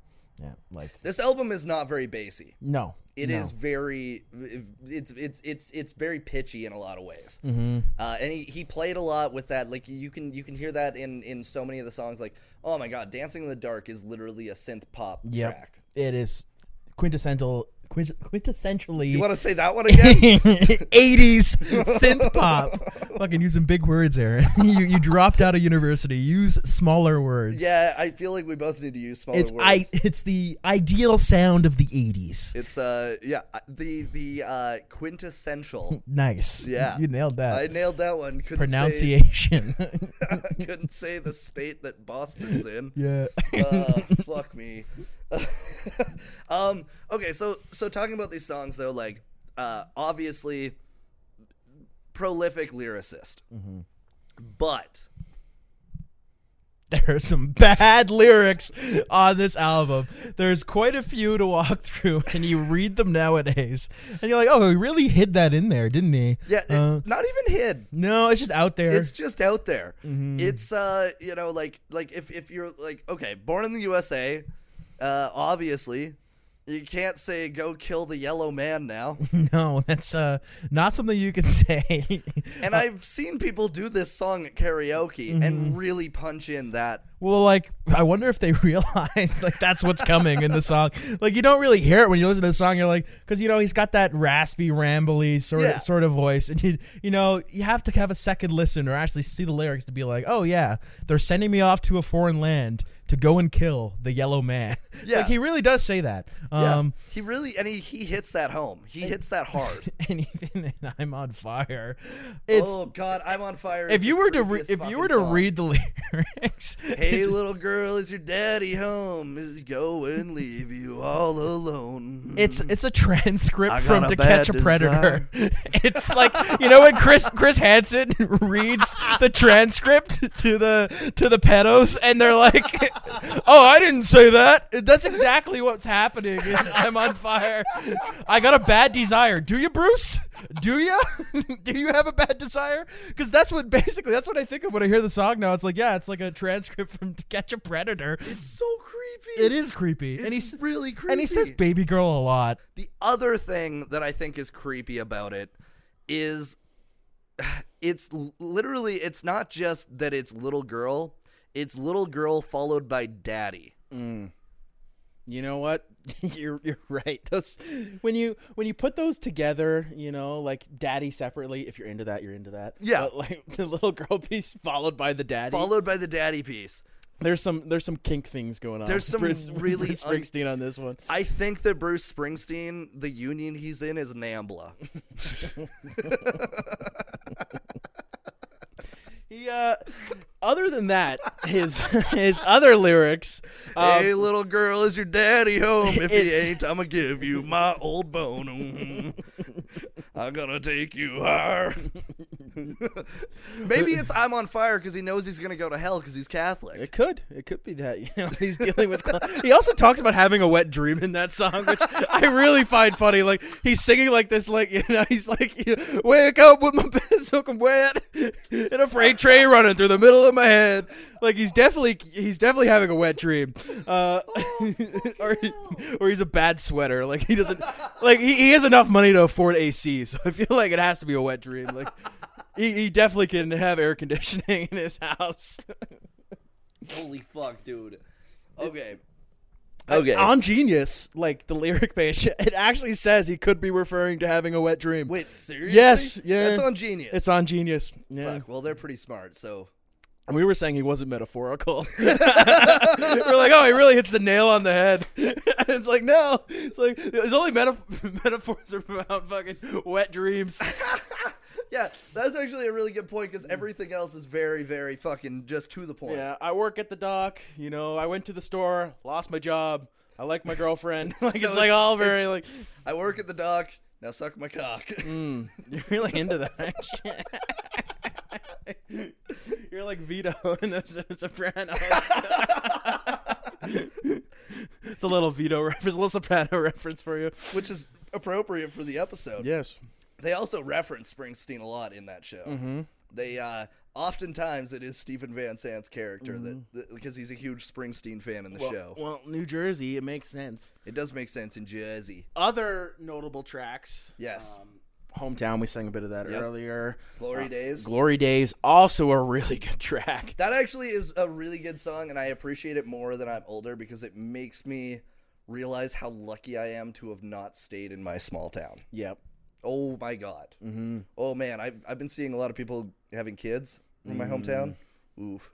Speaker 2: Yeah, like
Speaker 1: This album is not very bassy.
Speaker 2: no,
Speaker 1: It
Speaker 2: no.
Speaker 1: is very, it's it's it's it's very pitchy in a lot of ways.
Speaker 2: Mm-hmm.
Speaker 1: Uh, and he, he played a lot with that. Like you can you can hear that in in so many of the songs. Like oh my god, Dancing in the Dark is literally a synth pop
Speaker 2: Yep.
Speaker 1: track.
Speaker 2: It is quintessential, quint- quintessentially.
Speaker 1: You want to say that one again?
Speaker 2: 80s synth pop. Fucking using big words, Aaron. you, you dropped out of university. Use smaller words.
Speaker 1: yeah, I feel like we both need to use smaller
Speaker 2: It's
Speaker 1: words.
Speaker 2: I, it's the ideal sound of the 80s.
Speaker 1: it's uh yeah the the uh quintessential.
Speaker 2: Nice.
Speaker 1: Yeah.
Speaker 2: You nailed
Speaker 1: I
Speaker 2: that.
Speaker 1: nailed that one. Couldn't say-
Speaker 2: Pronunciation.
Speaker 1: I couldn't say the state that Boston's in.
Speaker 2: yeah.
Speaker 1: Uh, fuck me. um, okay, so so talking about these songs though, like uh, obviously prolific lyricist, but
Speaker 2: There are some bad lyrics on this album. There's quite a few to walk through, and you read them nowadays. And you're like, oh, he really hid that in there, didn't he?
Speaker 1: yeah, it-
Speaker 2: Uh,
Speaker 1: not even hid.
Speaker 2: no, it's just out there.
Speaker 1: It's just out there. It's uh, you know, like like if if you're like okay, born in the USA, uh, obviously. You can't say go kill the yellow man now.
Speaker 2: No, that's uh, not something you can say.
Speaker 1: And I've seen people do this song at karaoke
Speaker 2: Mm-hmm.
Speaker 1: and really punch in that.
Speaker 2: well, like, I wonder if they realize like that's what's coming in the song. Like, you don't really hear it when you listen to the song. You're like, because you know he's got that raspy, rambly sort
Speaker 1: Yeah.
Speaker 2: of sort of voice, and you you know you have to have a second listen or actually see the lyrics to be like, oh yeah, they're sending me off to a foreign land to go and kill the yellow man.
Speaker 1: Yeah.
Speaker 2: like he really does say that. Um,
Speaker 1: yeah. He really and he, he hits that home. He hits that hard.
Speaker 2: and even in I'm on fire. It's
Speaker 1: oh god, I'm on fire. is
Speaker 2: if you
Speaker 1: the
Speaker 2: were to re-
Speaker 1: creepiest
Speaker 2: if you were to
Speaker 1: fucking song.
Speaker 2: read the lyrics,
Speaker 1: Hey little girl, is your daddy home? Is- Go and leave you all alone.
Speaker 2: It's it's a transcript
Speaker 1: I
Speaker 2: from
Speaker 1: got a
Speaker 2: To Catch a
Speaker 1: bad
Speaker 2: Predator. It's like you know when Chris Chris Hansen reads the transcript to the to the pedos, and they're like, "Oh, I didn't say that. That's exactly what's happening. is I'm on fire. I got a bad desire. Do you, Bruce? Do you? Do you have a bad desire? Because that's what basically that's what I think of when I hear the song. Now it's like, yeah, it's like a transcript from To Catch a Predator.
Speaker 1: it's so creepy.
Speaker 2: It is creepy,
Speaker 1: It's
Speaker 2: and he's.
Speaker 1: really creepy.
Speaker 2: And he says baby girl a lot.
Speaker 1: The other thing that I think is creepy about it is it's l- literally it's not just that it's little girl, it's little girl followed by daddy.
Speaker 2: You know what? you're you're right. Those when you when you put those together, you know, like daddy separately. If you're into that, you're into that.
Speaker 1: Yeah.
Speaker 2: But, like the little girl piece followed by the daddy.
Speaker 1: Followed by the daddy piece.
Speaker 2: there's some there's some kink things going on.
Speaker 1: There's some
Speaker 2: with Bruce- with
Speaker 1: really
Speaker 2: Bruce
Speaker 1: un-
Speaker 2: Springsteen on this one.
Speaker 1: I think that Bruce Springsteen, the union he's in is NAMBLA.
Speaker 2: He uh, other than that, his his other lyrics. Um,
Speaker 1: hey little girl, is your daddy home? If he
Speaker 2: It's-
Speaker 1: ain't, I'ma give you my old bone. I'm gonna take you higher. Maybe it's I'm on fire because he knows he's gonna go to hell because he's Catholic.
Speaker 2: It could. It could be that. You know, he's dealing with. cl- he also talks about having a wet dream in that song, which I really find funny. Like he's singing like this, like you know, he's like, you know, "Wake up with my pants soaking wet, and a freight train running through the middle of my head." Like he's definitely, he's definitely having a wet dream, uh, or or he's a bad sweater. Like he doesn't, like he, he has enough money to afford AC, so I feel like it has to be a wet dream. Like. He, he definitely can have air conditioning in his house.
Speaker 1: Holy fuck, dude. Okay.
Speaker 2: I- on Genius, like the lyric page, it actually says he could be referring to having a wet dream.
Speaker 1: Wait, seriously?
Speaker 2: Yes, yeah.
Speaker 1: That's on Genius.
Speaker 2: It's on Genius. Yeah.
Speaker 1: Fuck, well, they're pretty smart, so.
Speaker 2: And we were saying he wasn't metaphorical. we're like, oh, he really hits the nail on the head. it's like, no. It's like, his only metaf- metaphors are about fucking wet dreams.
Speaker 1: Yeah, that's actually a really good point because everything else is very, very fucking just to the point.
Speaker 2: yeah, I work at the dock. You know, I went to the store, lost my job. I like my girlfriend. like, it's,
Speaker 1: it's-
Speaker 2: like all
Speaker 1: it's-
Speaker 2: very, like,
Speaker 1: I work at the dock. Now suck my cock.
Speaker 2: Mm, you're really into that shit. you're like Vito in the Sop- Sopranos. it's a little Vito reference, a little Soprano reference for you.
Speaker 1: which is appropriate for the episode.
Speaker 2: Yes.
Speaker 1: They also reference Springsteen a lot in that show.
Speaker 2: Mm-hmm.
Speaker 1: They uh, oftentimes it is Stephen Van Sant's character
Speaker 2: Mm-hmm.
Speaker 1: that because he's a huge Springsteen fan in the show.
Speaker 2: Well, New Jersey, it makes sense.
Speaker 1: It does make sense in Jersey.
Speaker 2: Other notable tracks. um,
Speaker 1: Yes.
Speaker 2: Hometown, we sang a bit of that
Speaker 1: Yep.
Speaker 2: earlier.
Speaker 1: Glory
Speaker 2: Ah,
Speaker 1: days.
Speaker 2: Glory Days, also a really good track.
Speaker 1: that actually is a really good song, and I appreciate it more than I'm older because it makes me realize how lucky I am to have not stayed in my small town.
Speaker 2: Yep.
Speaker 1: Oh my god. Mm-hmm. Oh man, I've I've been seeing a lot of people having kids in my hometown. Oof.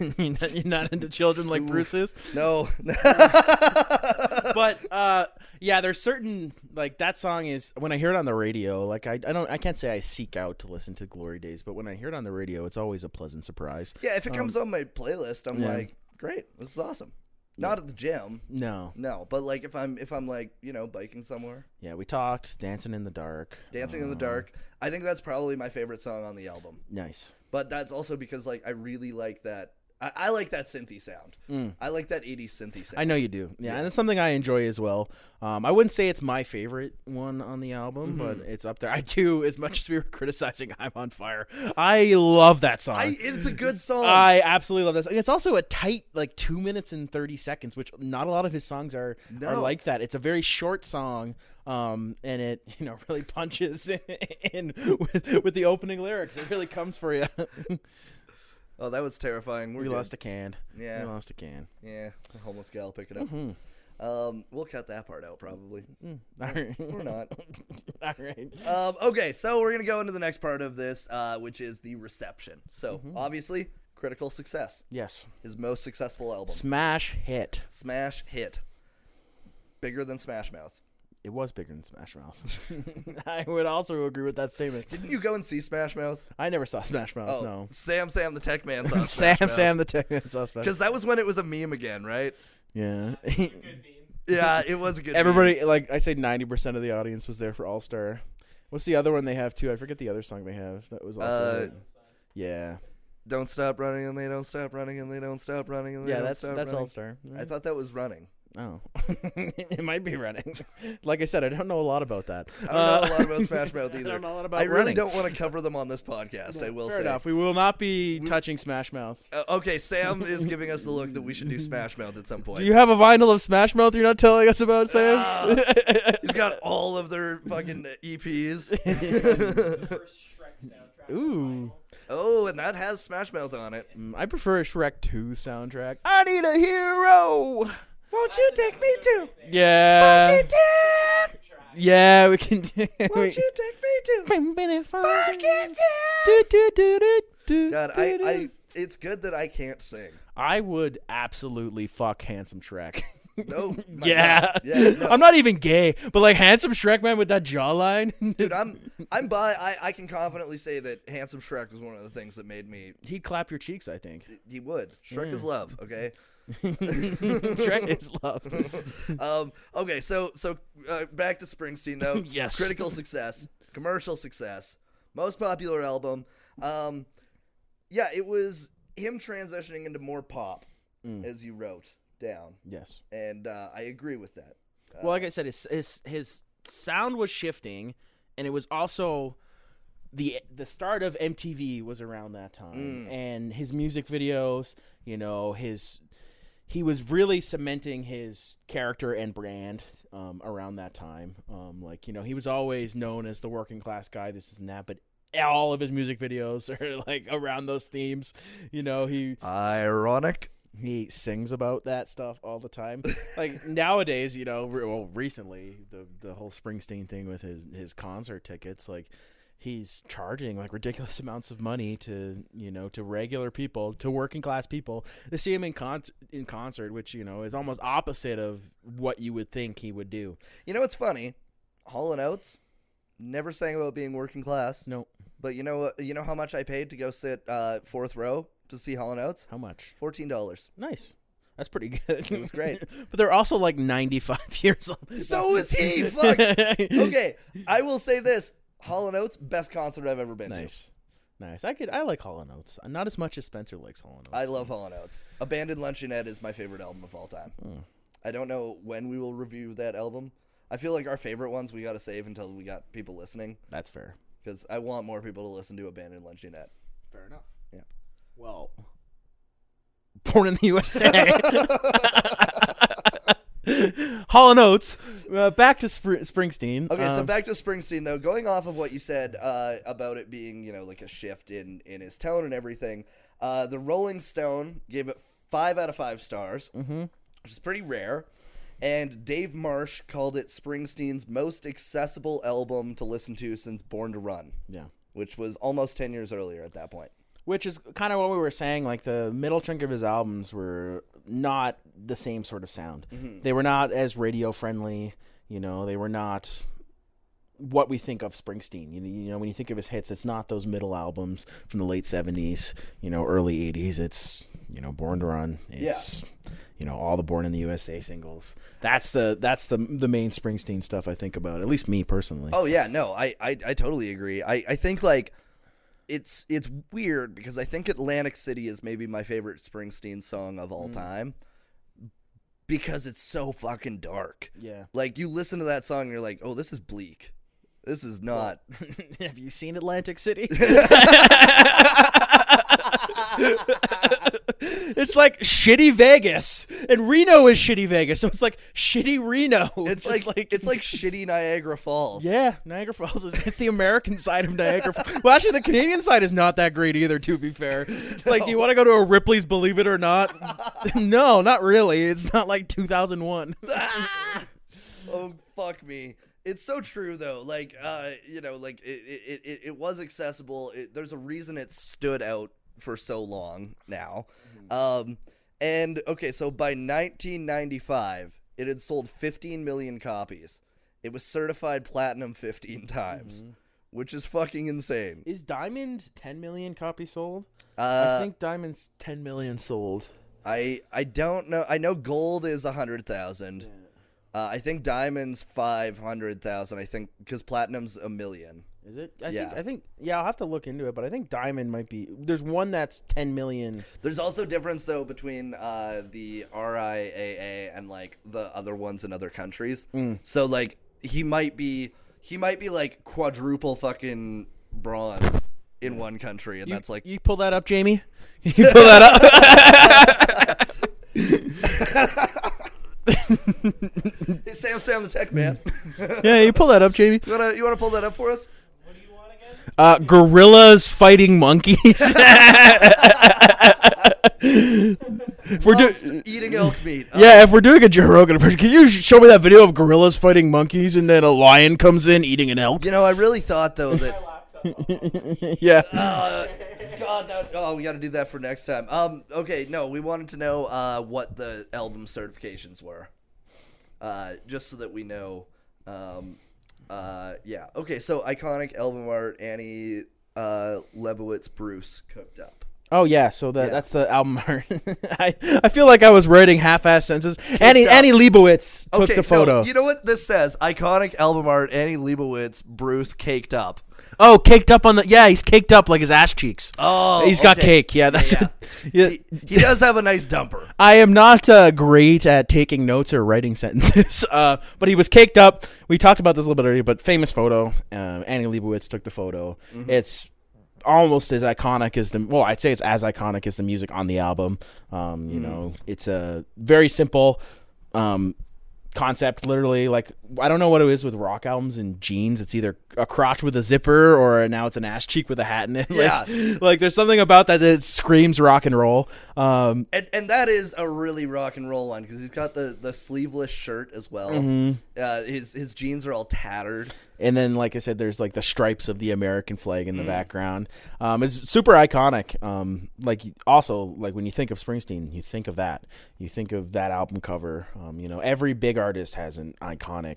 Speaker 2: you're, not, you're not into children like Bruce is?
Speaker 1: No.
Speaker 2: but uh, yeah, there's certain like that song is when I hear it on the radio. Like I, I don't, I can't say I seek out to listen to Glory Days, but when I hear it on the radio, it's always a pleasant surprise.
Speaker 1: Yeah, if it comes on my playlist, I'm like, great, this is awesome. Not at the gym,
Speaker 2: No,
Speaker 1: no, but like if I'm if I'm like you know biking somewhere,
Speaker 2: yeah, we talked Dancing in the Dark.
Speaker 1: dancing in the dark. I think that's probably my favorite song on the album.
Speaker 2: Nice.
Speaker 1: But that's also because like I really like that. I, I like that synthy sound.
Speaker 2: Mm.
Speaker 1: I like that 80s synthy sound.
Speaker 2: I know you do. Yeah, and it's something I enjoy as well. Um, I wouldn't say it's my favorite one on the album, but it's up there. I do, as much as we were criticizing "I'm on Fire," I love that song.
Speaker 1: I, it's a good song.
Speaker 2: I absolutely love this. It's also a tight, like two minutes and thirty seconds, which not a lot of his songs are are
Speaker 1: No.
Speaker 2: like that. It's a very short song, um, and it you know really punches in, with, with the opening lyrics. It really comes for you.
Speaker 1: oh, that was terrifying. We're
Speaker 2: we
Speaker 1: good.
Speaker 2: lost a can.
Speaker 1: Yeah.
Speaker 2: we lost a can.
Speaker 1: Yeah, the homeless gal pick it up.
Speaker 2: Mm-hmm.
Speaker 1: Um, we'll cut that part out probably.
Speaker 2: All right,
Speaker 1: We're not.
Speaker 2: all right.
Speaker 1: Um, okay, so we're gonna go into the next part of this, uh, which is the reception. So
Speaker 2: Mm-hmm.
Speaker 1: obviously, critical success,
Speaker 2: Yes,
Speaker 1: his most successful album,
Speaker 2: smash hit.
Speaker 1: smash hit, bigger than Smash Mouth.
Speaker 2: It was bigger than Smash Mouth. I would also agree with that statement.
Speaker 1: Didn't you go and see Smash Mouth?
Speaker 2: I never saw Smash Mouth.
Speaker 1: Oh,
Speaker 2: no,
Speaker 1: Sam, Sam the Tech Man saw
Speaker 2: Sam, Sam the Tech saw Smash.
Speaker 1: because that was when it was a meme again, right?
Speaker 2: Yeah.
Speaker 1: Yeah, it was a good. meme.
Speaker 2: Everybody, like I say, ninety percent of the audience was there for All Star. What's the other one they have too? I forget the other song they have. That was also.
Speaker 1: Uh,
Speaker 2: it. yeah.
Speaker 1: don't stop running and they don't stop running and they don't stop running and they
Speaker 2: Yeah,
Speaker 1: don't
Speaker 2: that's
Speaker 1: stop
Speaker 2: that's
Speaker 1: running.
Speaker 2: All Star.
Speaker 1: I thought that was running.
Speaker 2: Oh, it might be running. Like I said, I don't know a lot about that. Uh,
Speaker 1: I don't know a lot about Smash Mouth either.
Speaker 2: I don't know a lot about
Speaker 1: I really
Speaker 2: running.
Speaker 1: don't want to cover them on this podcast. I will
Speaker 2: Fair
Speaker 1: say.
Speaker 2: enough. We will not be touching Smash Mouth.
Speaker 1: Uh, okay, Sam is giving us the look that we should do Smash Mouth at some point.
Speaker 2: Do you have a vinyl of Smash Mouth? You're not telling us about, Sam.
Speaker 1: He's got all of their fucking E EPs.
Speaker 3: first Shrek soundtrack.
Speaker 2: Ooh,
Speaker 1: Oh, and that has Smash Mouth on it.
Speaker 2: Mm, I prefer a Shrek Two soundtrack. I need a hero. Won't you take me to? Yeah. Yeah, we can do. Won't you take me to?
Speaker 1: God, I, I, it's good that I can't sing.
Speaker 2: I would absolutely fuck handsome Shrek.
Speaker 1: No, my
Speaker 2: yeah,
Speaker 1: God. yeah. no.
Speaker 2: I'm not even gay, but like handsome Shrek man with that jawline,
Speaker 1: Dude, I'm, I'm by. I, I can confidently say that handsome Shrek was one of the things that made me.
Speaker 2: he'd clap your cheeks. I think
Speaker 1: He would. Shrek is love. Okay.
Speaker 2: Shrek is love.
Speaker 1: Um. Okay. So, so uh, back to Springsteen though.
Speaker 2: Yes.
Speaker 1: Critical success, commercial success, most popular album. Um, yeah, it was him transitioning into more pop,
Speaker 2: Mm.
Speaker 1: as you wrote down,
Speaker 4: Yes.
Speaker 1: and uh, I agree with that. Uh,
Speaker 2: Well, like I said, his, his his sound was shifting, and it was also the the start of MTV was around that time, and his music videos. You know, his he was really cementing his character and brand um, around that time. Um, like you know, he was always known as the working class guy. This is and that, but all of his music videos are like around those themes. You know, he
Speaker 1: ironic.
Speaker 2: he sings about that stuff all the time. Like nowadays, you know, re- well, recently the the whole Springsteen thing with his his concert tickets, like he's charging like ridiculous amounts of money to you know to regular people to working class people to see him in con- in concert which you know is almost opposite of what you would think he would do
Speaker 1: You know what's funny? Hall and Oates never sang about being working class,
Speaker 2: no
Speaker 1: but you know what? You know how much I paid to go sit uh, fourth row to see Hall and Oates?
Speaker 2: how much
Speaker 1: Fourteen dollars.
Speaker 2: nice that's pretty good it
Speaker 1: was great.
Speaker 2: but they're also like 95 years old
Speaker 1: So is he. Fuck. okay, I will say this: Hall and Oates, best concert I've ever been to.
Speaker 2: Nice, nice. I could. I like Hall and Oates. Not as much as Spencer likes Hall and Oates.
Speaker 1: I love Hall and Oates. Abandoned Luncheonette is my favorite album of all time. I don't know when we will review that album. I feel like our favorite ones we got to save until we got people listening
Speaker 2: That's fair.
Speaker 1: because I want more people to listen to Abandoned Luncheonette.
Speaker 2: Fair enough.
Speaker 1: Yeah.
Speaker 2: Well, born in the USA. Hall and Oates. Uh, back to Spr- Springsteen.
Speaker 1: Okay, so
Speaker 2: Um,
Speaker 1: back to Springsteen though. Going off of what you said uh, about it being, you know, like a shift in in his tone and everything, uh, the Rolling Stone gave it five out of five stars, mm-hmm. which is pretty rare. And Dave Marsh called it Springsteen's most accessible album to listen to since Born to Run,
Speaker 2: Yeah.
Speaker 1: which was almost ten years earlier at that point.
Speaker 2: Which is kind of what we were saying. Like the middle chunk of his albums were not the same sort of sound. They were not as radio friendly. You know, they were not what we think of Springsteen. You, you know, when you think of his hits, it's not those middle albums from the late seventies, you know, early eighties. It's you know, Born to Run. It's you know, all the Born in the USA singles. That's the that's the the main Springsteen stuff I think about. At least me personally.
Speaker 1: Oh yeah, no, I I, I totally agree. I, I think like it's it's weird because I think Atlantic City is maybe my favorite Springsteen song of all time because it's so fucking dark.
Speaker 2: Yeah.
Speaker 1: Like you listen to that song and you're like, "Oh, this is bleak. This is not
Speaker 2: Have you seen Atlantic City? it's like shitty Vegas, and Reno is shitty Vegas, so it's like shitty Reno.
Speaker 1: It's
Speaker 2: just
Speaker 1: like, it's like shitty Niagara Falls."
Speaker 2: yeah, Niagara Falls is it's the American side of Niagara. Falls. Well, actually, the Canadian side is not that great either. To be fair, it's like, do you want to go to a Ripley's Believe It or Not? no, not really. It's not like 2001.
Speaker 1: Oh fuck me. It's so true though. Like uh, you know, like it it, it, it was accessible. It, there's a reason it stood out for so long now. Um, and okay, so by 1995, it had sold 15 million copies. It was certified platinum 15 times, which is fucking insane.
Speaker 2: is Diamond 10 million copies sold?
Speaker 1: Uh,
Speaker 2: I think Diamond's 10 million sold.
Speaker 1: I I don't know. I know gold is a hundred thousand. Uh, I think diamonds five hundred thousand. I think because platinum's a million.
Speaker 2: Is it? I
Speaker 1: Yeah.
Speaker 2: think I think yeah, I'll have to look into it, but I think Diamond might be there's one that's 10 million.
Speaker 1: There's also difference though between uh, the RIAA and like the other ones in other countries.
Speaker 2: Mm.
Speaker 1: So like he might be he might be like quadruple fucking bronze in one country, and that's like
Speaker 2: You pull that up, Jamie? You pull that up?
Speaker 1: hey, Sam Sam the Tech man.
Speaker 2: Mm. yeah, you pull that up, Jamie.
Speaker 1: you wanna you wanna pull that up for us?
Speaker 5: What do you want again?
Speaker 2: Uh gorillas fighting monkeys. We're
Speaker 1: Whilst
Speaker 2: do-
Speaker 1: eating elk meat. Uh,
Speaker 2: yeah, if we're doing a Joe Rogan impression, can you sh- show me that video of gorillas fighting monkeys and then a lion comes in eating an elk?
Speaker 1: You know, I really thought though that
Speaker 5: My laptop. I'll-
Speaker 2: Yeah.
Speaker 1: Uh, God, that, oh, we got to do that for next time. Um, okay, no, we wanted to know uh, what the album certifications were, uh, just so that we know. Um, uh, yeah. Okay, so iconic album art, Annie uh, Lebowitz, Bruce cooked up.
Speaker 2: Oh yeah, so that
Speaker 1: Yeah.
Speaker 2: that's the album art. I, I feel like I was writing half-ass sentences. Annie
Speaker 1: up.
Speaker 2: Annie Leibovitz took
Speaker 1: okay,
Speaker 2: the photo.
Speaker 1: No, you know what this says? Iconic album art. Annie Leibovitz. Bruce caked up.
Speaker 2: oh, caked up on the yeah, he's caked up like his ass cheeks.
Speaker 1: Oh,
Speaker 2: he's got
Speaker 1: okay.
Speaker 2: cake. Yeah, that's
Speaker 1: Yeah,
Speaker 2: yeah.
Speaker 1: He, he does have a nice dumper.
Speaker 2: I am not uh, great at taking notes or writing sentences, uh, but he was caked up. We talked about this a little bit earlier, but famous photo. Um, Annie Leibovitz took the photo. It's almost as iconic as the well, I'd say it's as iconic as the music on the album. Um, you know, it's a very simple um, concept. Literally, like I don't know what it is with rock albums and jeans. It's either a crotch with a zipper or now it's an ass cheek with a hat in it. Like-
Speaker 1: Yeah.
Speaker 2: like, there's something about that that screams rock and roll. Um,
Speaker 1: And, and that is a really rock and roll one because he's got the, the sleeveless shirt as well.
Speaker 2: Mm-hmm.
Speaker 1: Uh, his his jeans are all tattered.
Speaker 2: And then, like I said, there's like the stripes of the American flag in
Speaker 1: Mm.
Speaker 2: the background. Um, it's super iconic. Um, like also, like when you think of Springsteen, you think of that. You think of that album cover. Um, you know, every big artist has an iconic.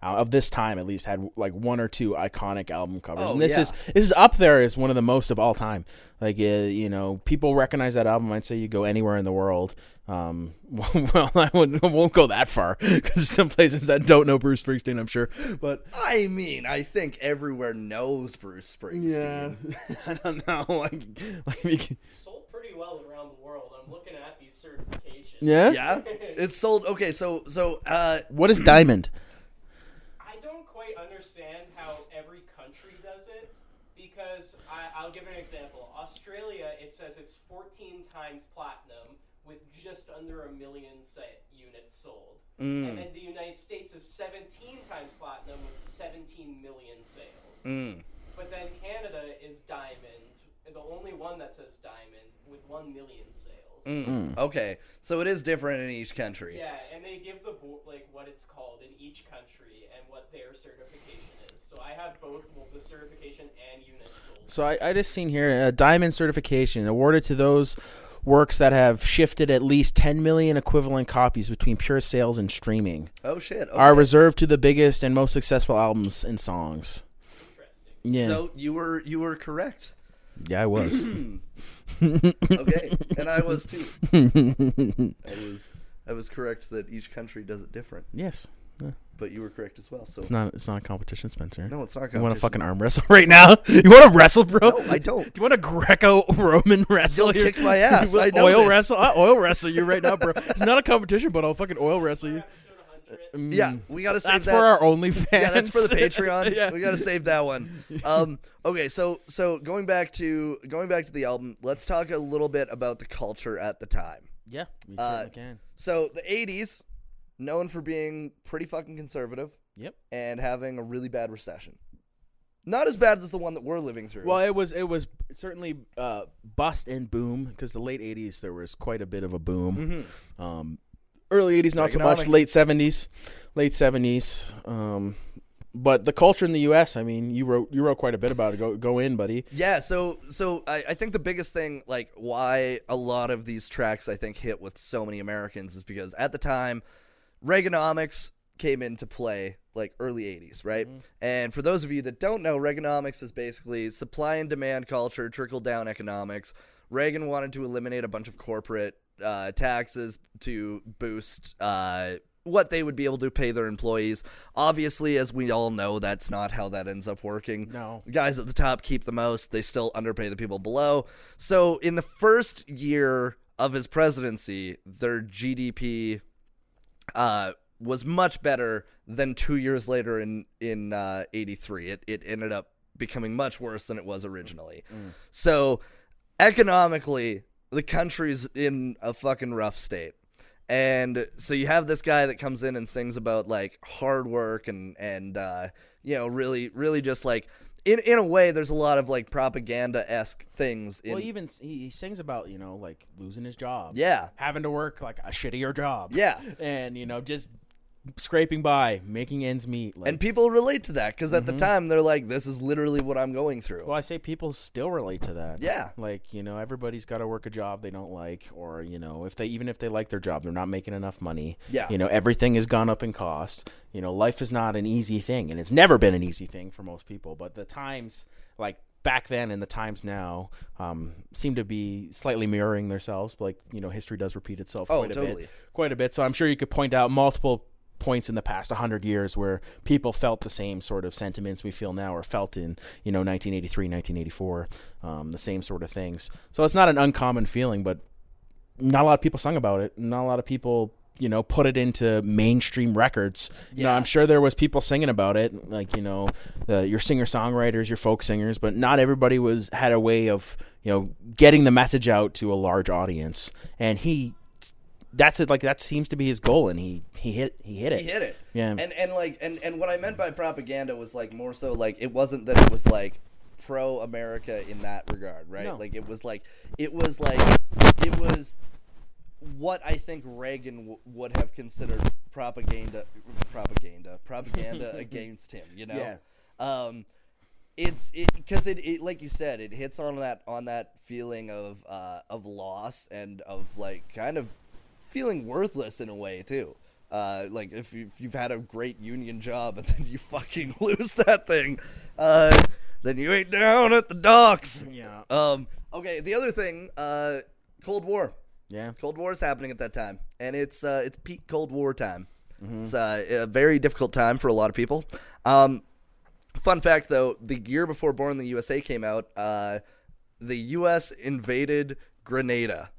Speaker 2: Uh, of this time, at least, had like one or two iconic album covers,
Speaker 1: Oh,
Speaker 2: and this
Speaker 1: yeah.
Speaker 2: is this is up there as one of the most of all time. Like uh, you know, people recognize that album. I'd say you go anywhere in the world. Um, well, I won't, won't go that far because there's some places that don't know Bruce Springsteen, I'm sure. But
Speaker 1: I mean, I think everywhere knows Bruce Springsteen.
Speaker 2: I don't know. Like, like we can-
Speaker 3: Sold pretty well around the world. I'm looking at these certifications.
Speaker 2: yeah?
Speaker 1: Yeah, it's sold. Okay, so so uh,
Speaker 2: What is diamond?
Speaker 3: I don't quite understand how every country does it because I, I'll give an example. Australia, it says it's 14 times platinum with just under a million set units sold. And then the United States is 17 times platinum with 17 million sales. But then Canada is diamond, the only one that says diamond with 1 million sales.
Speaker 2: Mm.
Speaker 1: okay, so it is different in each country.
Speaker 3: Yeah, and they give the bo- like what it's called in each country and what their certification is. So I have both well, the certification and unit sold.
Speaker 2: So I, I just seen here a diamond certification awarded to those works that have shifted at least 10 million equivalent copies between pure sales and streaming
Speaker 1: Oh shit. Okay.
Speaker 2: are reserved to the biggest and most successful albums and songs.
Speaker 3: Interesting.
Speaker 2: Yeah,
Speaker 1: So you were you were correct.
Speaker 2: yeah, I was.
Speaker 1: Okay, and I was too. I was I was correct that each country does it different,
Speaker 2: yes, Yeah.
Speaker 1: but you were correct as well. So
Speaker 2: it's not. It's not a competition, Spencer.
Speaker 1: no, it's not.
Speaker 2: You want
Speaker 1: competition.
Speaker 2: to fucking arm wrestle right now? You want to wrestle, bro?
Speaker 1: No, I don't.
Speaker 2: Do you want to Greco-Roman wrestle?
Speaker 1: You'll
Speaker 2: here?
Speaker 1: kick my ass.
Speaker 2: You
Speaker 1: I
Speaker 2: want
Speaker 1: know
Speaker 2: oil
Speaker 1: this.
Speaker 2: wrestle. I oil wrestle you right now, bro. It's not a competition, but I'll fucking oil wrestle you. Mm.
Speaker 3: Episode 100.
Speaker 1: Yeah, we gotta save
Speaker 2: That's
Speaker 1: that.
Speaker 2: for our OnlyFans.
Speaker 1: yeah, that's for the Patreon.
Speaker 2: yeah.
Speaker 1: We gotta save that one. Um, okay, so so going back to going back to the album, let's talk a little bit about the culture at the time.
Speaker 2: yeah, we
Speaker 1: certainly
Speaker 2: can.
Speaker 1: So the '80s, known for being pretty fucking conservative
Speaker 2: Yep.
Speaker 1: and having a really bad recession. Not as bad as the one that we're living through.
Speaker 2: Well, it was it was certainly uh, bust and boom because the late '80s there was quite a bit of a boom.
Speaker 1: Mm-hmm.
Speaker 2: Um, early '80s not so
Speaker 1: Economics.
Speaker 2: much. Late '70s, late '70s. Um, but the culture in the U.S. I mean, you wrote you wrote quite a bit about it. Go go in, buddy.
Speaker 1: Yeah, so so I, I think the biggest thing, like why a lot of these tracks I think hit with so many Americans is because at the time, Reaganomics came into play like early 80s, right? And for those of you that don't know, Reaganomics is basically supply and demand culture, trickle down economics. Reagan wanted to eliminate a bunch of corporate uh, taxes to boost uh, what they would be able to pay their employees. Obviously, as we all know, that's not how that ends up working.
Speaker 2: No.
Speaker 1: The guys at the top keep the most, they still underpay the people below. So, in the first year of his presidency, their GDP uh, was much better than two years later in in uh, '83. It it ended up becoming much worse than it was originally. So economically, the country's in a fucking rough state. And so you have this guy that comes in and sings about like hard work and and uh, you know really really just like in in a way there's a lot of like propaganda esque things. In,
Speaker 2: well, even s- he, he sings about you know like losing his job.
Speaker 1: yeah,
Speaker 2: having to work like a shittier job.
Speaker 1: yeah.
Speaker 2: and you know just scraping by, making ends meet. Like,
Speaker 1: And people relate to that because at the time they're like, "This is literally what I'm going through."
Speaker 2: Well, I say people still relate to that.
Speaker 1: Yeah.
Speaker 2: Like, you know, everybody's got to work a job they don't like or, you know, if they even if they like their job, they're not making enough money.
Speaker 1: Yeah.
Speaker 2: You know, everything has gone up in cost. You know, life is not an easy thing and it's never been an easy thing for most people, but the times like back then and the times now um, seem to be slightly mirroring themselves. Like you know, history does repeat itself.
Speaker 1: Oh,
Speaker 2: quite A
Speaker 1: totally.
Speaker 2: bit, quite a bit. So I'm sure you could point out multiple points in the past 100 years where people felt the same sort of sentiments we feel now or felt in you know 1983 1984 um, the same sort of things so it's not an uncommon feeling but not a lot of people sung about it. Not a lot of people, you know, put it into mainstream records. You know,
Speaker 1: Yeah.
Speaker 2: I'm sure there was people singing about it, like you know, the, your singer songwriters, your folk singers, but not everybody was had a way of you know getting the message out to a large audience. And he, that's it. Like that seems to be his goal, and he he hit he hit it.
Speaker 1: He hit it.
Speaker 2: Yeah.
Speaker 1: And and like and and what I meant by propaganda was like more so like it wasn't that it was like pro America in that regard, right?
Speaker 2: No.
Speaker 1: Like it was like it was like it was what I think Reagan w- would have considered propaganda propaganda propaganda against him, you know.
Speaker 2: Yeah.
Speaker 1: Um it's it because it, it like you said it hits on that on that feeling of uh of loss and of like kind of feeling worthless in a way too uh like if you've, you've had a great union job and then you fucking lose that thing uh then you ain't down at the docks
Speaker 2: Yeah.
Speaker 1: um okay the other thing uh cold war
Speaker 2: Yeah.
Speaker 1: Cold War is happening at that time, and it's uh, it's peak Cold War time. It's uh, a very difficult time for a lot of people. Um, fun fact, though, the year before Born in the USA came out, uh, the U.S. invaded Grenada,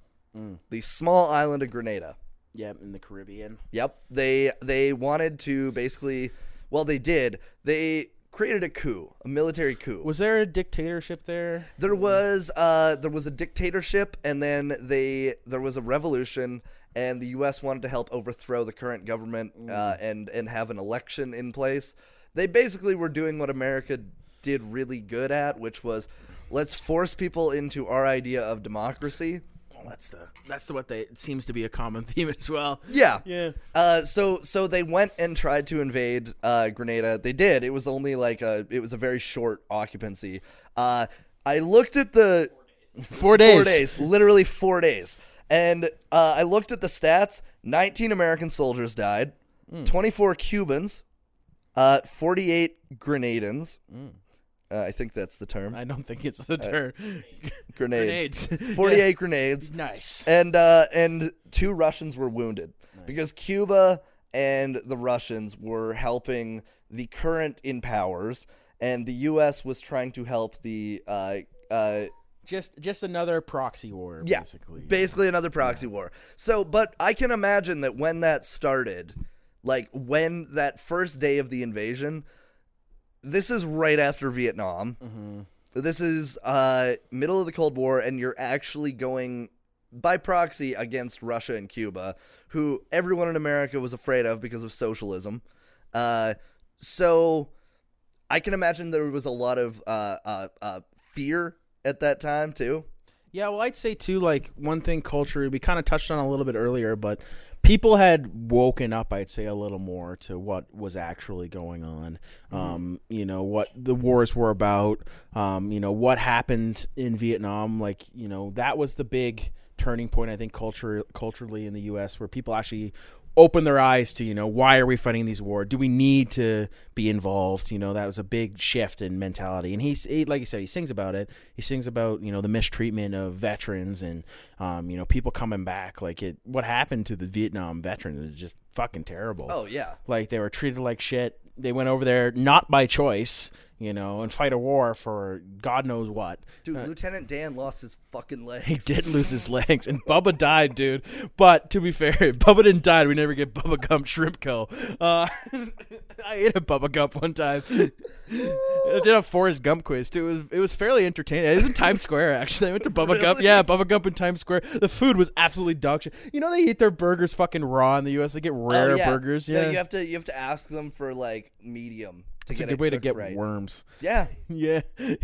Speaker 1: the small island of Grenada.
Speaker 2: Yeah. In the Caribbean.
Speaker 1: Yep. They they wanted to basically, well, they did. They created a coup, a military coup.
Speaker 2: Was there a dictatorship there?
Speaker 1: There was uh there was a dictatorship and then they there was a revolution and the US wanted to help overthrow the current government uh, and and have an election in place. They basically were doing what America did really good at, which was let's force people into our idea of democracy.
Speaker 2: Well, that's the that's the, what they it seems to be a common theme as well.
Speaker 1: Yeah.
Speaker 2: Yeah.
Speaker 1: Uh, so so they went and tried to invade uh, Grenada. They did. It was only like a it was a very short occupancy. Uh, I looked at the
Speaker 2: Four days.
Speaker 1: Four days, literally four days. And uh, I looked at the stats. 19 American soldiers died, 24 Cubans, uh, 48 Grenadans. Uh, I think that's the term.
Speaker 2: I don't think it's the term.
Speaker 1: Grenades.
Speaker 2: grenades.
Speaker 1: 48 grenades.
Speaker 2: nice.
Speaker 1: And uh, and two Russians were wounded because Cuba and the Russians were helping the current in powers, and the U.S. was trying to help the uh, uh,
Speaker 2: just just another proxy war
Speaker 1: Yeah,
Speaker 2: basically
Speaker 1: basically another proxy war. So, but I can imagine that when that started, like when that first day of the invasion, this is right after Vietnam. This is uh, middle of the Cold War, and you're actually going by proxy against Russia and Cuba, who everyone in America was afraid of because of socialism. Uh, so. I can imagine there was a lot of uh, uh, uh, fear at that time too.
Speaker 2: yeah well i'd say too like one thing culture we kind of touched on a little bit earlier but people had woken up i'd say a little more to what was actually going on um, you know what the wars were about um, you know what happened in vietnam like you know that was the big turning point i think culture culturally in the us where people actually open their eyes to you know why are we fighting these war do we need to be involved you know that was a big shift in mentality and he's he, like you said he sings about it he sings about you know the mistreatment of veterans and um, you know people coming back like it what happened to the vietnam veterans is just fucking terrible
Speaker 1: Oh yeah,
Speaker 2: like they were treated like shit they went over there not by choice you know and fight a war for god knows what
Speaker 1: Dude, Lieutenant Dan lost his fucking
Speaker 2: he
Speaker 1: legs.
Speaker 2: did lose his legs, and Bubba died, dude. But to be fair, if Bubba didn't die. We never get Bubba Gump Shrimp Co. Uh, I ate a Bubba Gump one time. I did a Forrest Gump quiz too. It was, it was fairly entertaining. It was in Times Square actually. I went to Bubba Gump.
Speaker 1: Really?
Speaker 2: Yeah, Bubba Gump in Times Square. The food was absolutely dog shit. You know they eat their burgers fucking raw in the U.S. They get rare burgers.
Speaker 1: No,
Speaker 2: Yeah,
Speaker 1: Oh, you have to you have to ask them for like medium to
Speaker 2: it's a
Speaker 1: get
Speaker 2: good
Speaker 1: it
Speaker 2: way to
Speaker 1: cooked
Speaker 2: get
Speaker 1: right.
Speaker 2: worms.
Speaker 1: Yeah,
Speaker 2: Yeah,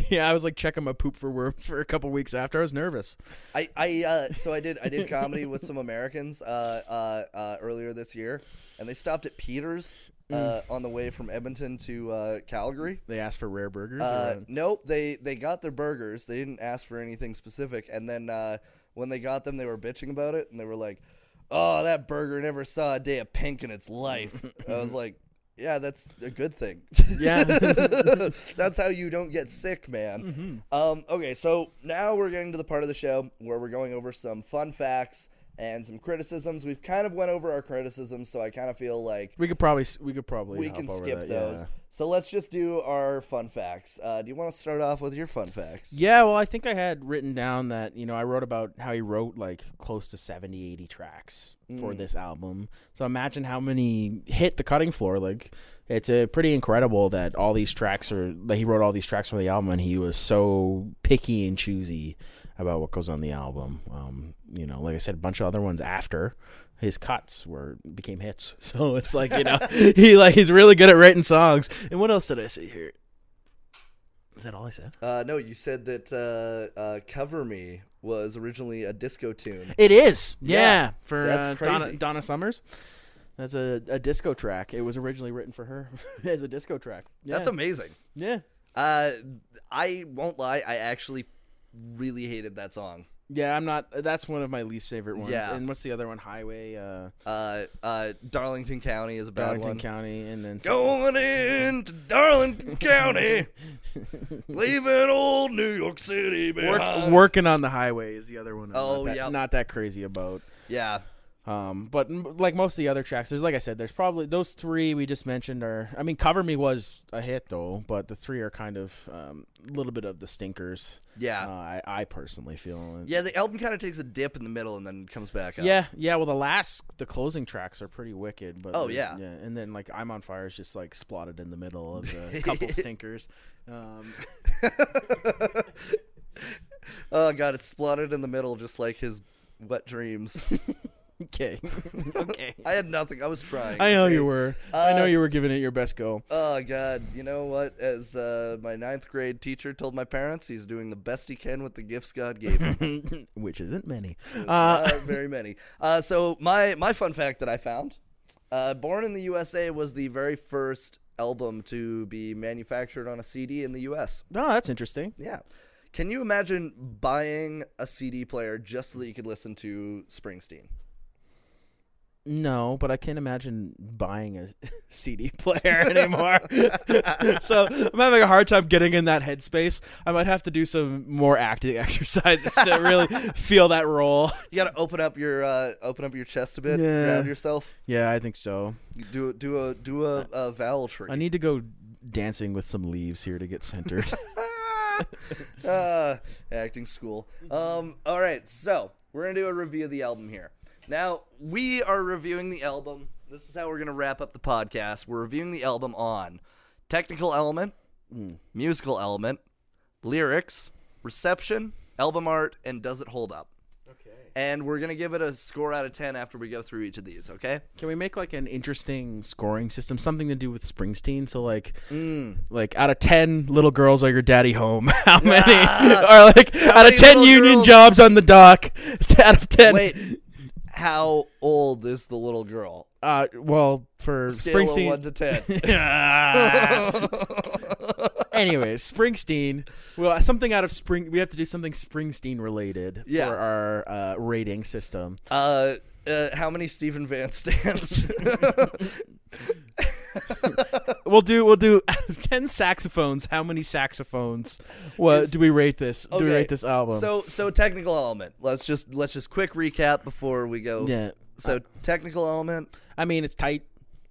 Speaker 2: yeah. I was like checking my poop for worms for a couple weeks after. I was nervous.
Speaker 1: I I uh, so I did I did comedy with some Americans uh, uh, uh, earlier this year, and they stopped at Peters
Speaker 2: Mm.
Speaker 1: uh, on the way from Edmonton to uh, Calgary.
Speaker 2: They asked for rare burgers.
Speaker 1: Uh,
Speaker 2: or-
Speaker 1: nope they they got their burgers. They didn't ask for anything specific, and then uh, when they got them, they were bitching about it, and they were like, "Oh, that burger never saw a day of pink in its life." I was like, Yeah, that's a good thing.
Speaker 2: Yeah.
Speaker 1: that's how you don't get sick, man.
Speaker 2: Mm-hmm.
Speaker 1: Um, okay, so now we're getting to the part of the show where we're going over some fun facts and some criticisms. We've kind of went over our criticisms, so I kind of feel like
Speaker 2: we could probably s- we could probably
Speaker 1: we
Speaker 2: hop
Speaker 1: can
Speaker 2: over
Speaker 1: skip
Speaker 2: that,
Speaker 1: those.
Speaker 2: yeah.
Speaker 1: So let's just do our fun facts. Uh, do you want to start off with your fun facts?
Speaker 2: Yeah, well, I think I had written down that, you know, I wrote about how he wrote like close to 70, 80 tracks for this album. So imagine how many hit the cutting floor. Like, it's uh, pretty incredible that all these tracks are, that he wrote all these tracks for the album and he was so picky and choosy about what goes on the album. Um, you know, like I said, a bunch of other ones after his cuts were became hits. So it's like, you know, he like he's really good at writing songs. And what else did I say here? Is that all I said?
Speaker 1: Uh, no, you said that uh, uh, "Cover Me" was originally a disco tune.
Speaker 2: It is. Yeah. for
Speaker 1: That's
Speaker 2: uh, Donna,
Speaker 1: crazy.
Speaker 2: Donna Summers. That's a, a disco track. It was originally written for her as a disco track. Yeah.
Speaker 1: That's amazing.
Speaker 2: yeah.
Speaker 1: Uh, I won't lie. I actually really hated that song.
Speaker 2: Yeah, I'm not that's one of my least favorite ones.
Speaker 1: Yeah.
Speaker 2: And what's the other one? Highway uh
Speaker 1: Uh, uh, Darlington County is a bad
Speaker 2: Darlington
Speaker 1: one.
Speaker 2: County and then
Speaker 1: Going into Darlington County, leaving old New York City
Speaker 2: Work,
Speaker 1: behind.
Speaker 2: working on the highway is the other one. I'm
Speaker 1: Oh,
Speaker 2: not that,
Speaker 1: yeah.
Speaker 2: not that crazy about.
Speaker 1: Yeah,
Speaker 2: Um, but m- like most of the other tracks, there's like I said, there's probably those three we just mentioned are. I mean, Cover Me was a hit though, but the three are kind of um, a little bit of the stinkers.
Speaker 1: Yeah.
Speaker 2: uh, I, I personally feel. And-
Speaker 1: yeah. The album kind of takes a dip in the middle and then comes back up.
Speaker 2: Yeah, yeah. Well, the last, the closing tracks are pretty wicked. But
Speaker 1: Oh,
Speaker 2: there's-
Speaker 1: yeah.
Speaker 2: yeah. And then like I'm on fire is just like splotted in the middle of a couple stinkers. Um,
Speaker 1: Oh god, it's splotted in the middle, just like his wet dreams.
Speaker 2: okay, okay.
Speaker 1: I had nothing. I was trying.
Speaker 2: I know you were. I know
Speaker 1: Uh,
Speaker 2: you were giving it your best go.
Speaker 1: Oh God! You know what? As uh, my ninth grade teacher told my parents, he's doing the best he can with the gifts God gave him.
Speaker 2: Which isn't many.
Speaker 1: uh, very many. Uh, so my my fun fact that I found: uh, Born in the USA was the very first album to be manufactured on a CD in the U.S.
Speaker 2: No, that's interesting.
Speaker 1: Yeah. Can you imagine buying a CD player just so that you could listen to Springsteen?
Speaker 2: No, but I can't imagine buying a CD player anymore. so I'm having a hard time getting in that headspace. I might have to do some more acting exercises to really feel that role.
Speaker 1: You got to open up your uh, open up your chest a bit,
Speaker 2: Yeah.
Speaker 1: ground yourself,
Speaker 2: Yeah, I think so.
Speaker 1: do do a do a, a vowel tree.
Speaker 2: I need to go dancing with some leaves here to get centered.
Speaker 1: uh, acting school. Um, all right, so we're gonna do a review of the album here. Now we are reviewing the album. This is how we're gonna wrap up the podcast. We're reviewing the album on technical element, musical element, lyrics, reception, album art, and does it hold up? Okay. And we're gonna give it a score out of ten after we go through each of these. Okay.
Speaker 2: Can we make like an interesting scoring system, something to do with Springsteen? So like, like out of ten little girls are your daddy home. How many are like out of
Speaker 1: many
Speaker 2: ten
Speaker 1: little
Speaker 2: union
Speaker 1: girls?
Speaker 2: jobs on the dock? Out of ten.
Speaker 1: Wait. How old is the little girl?
Speaker 2: Uh, well, for
Speaker 1: Scale of
Speaker 2: Springsteen.
Speaker 1: one to ten.
Speaker 2: anyway, Springsteen. Well, something out of Spring. We have to do something Springsteen related
Speaker 1: Yeah.
Speaker 2: for our uh, rating system.
Speaker 1: Uh, uh, how many Stephen Van stands?
Speaker 2: We'll do. We'll do out of ten saxophones. How many saxophones? What do we rate this? Do we
Speaker 1: Okay,
Speaker 2: rate this album?
Speaker 1: So, so technical element. Let's just let's just quick recap before we go.
Speaker 2: yeah.
Speaker 1: So technical element.
Speaker 2: I mean, it's tight.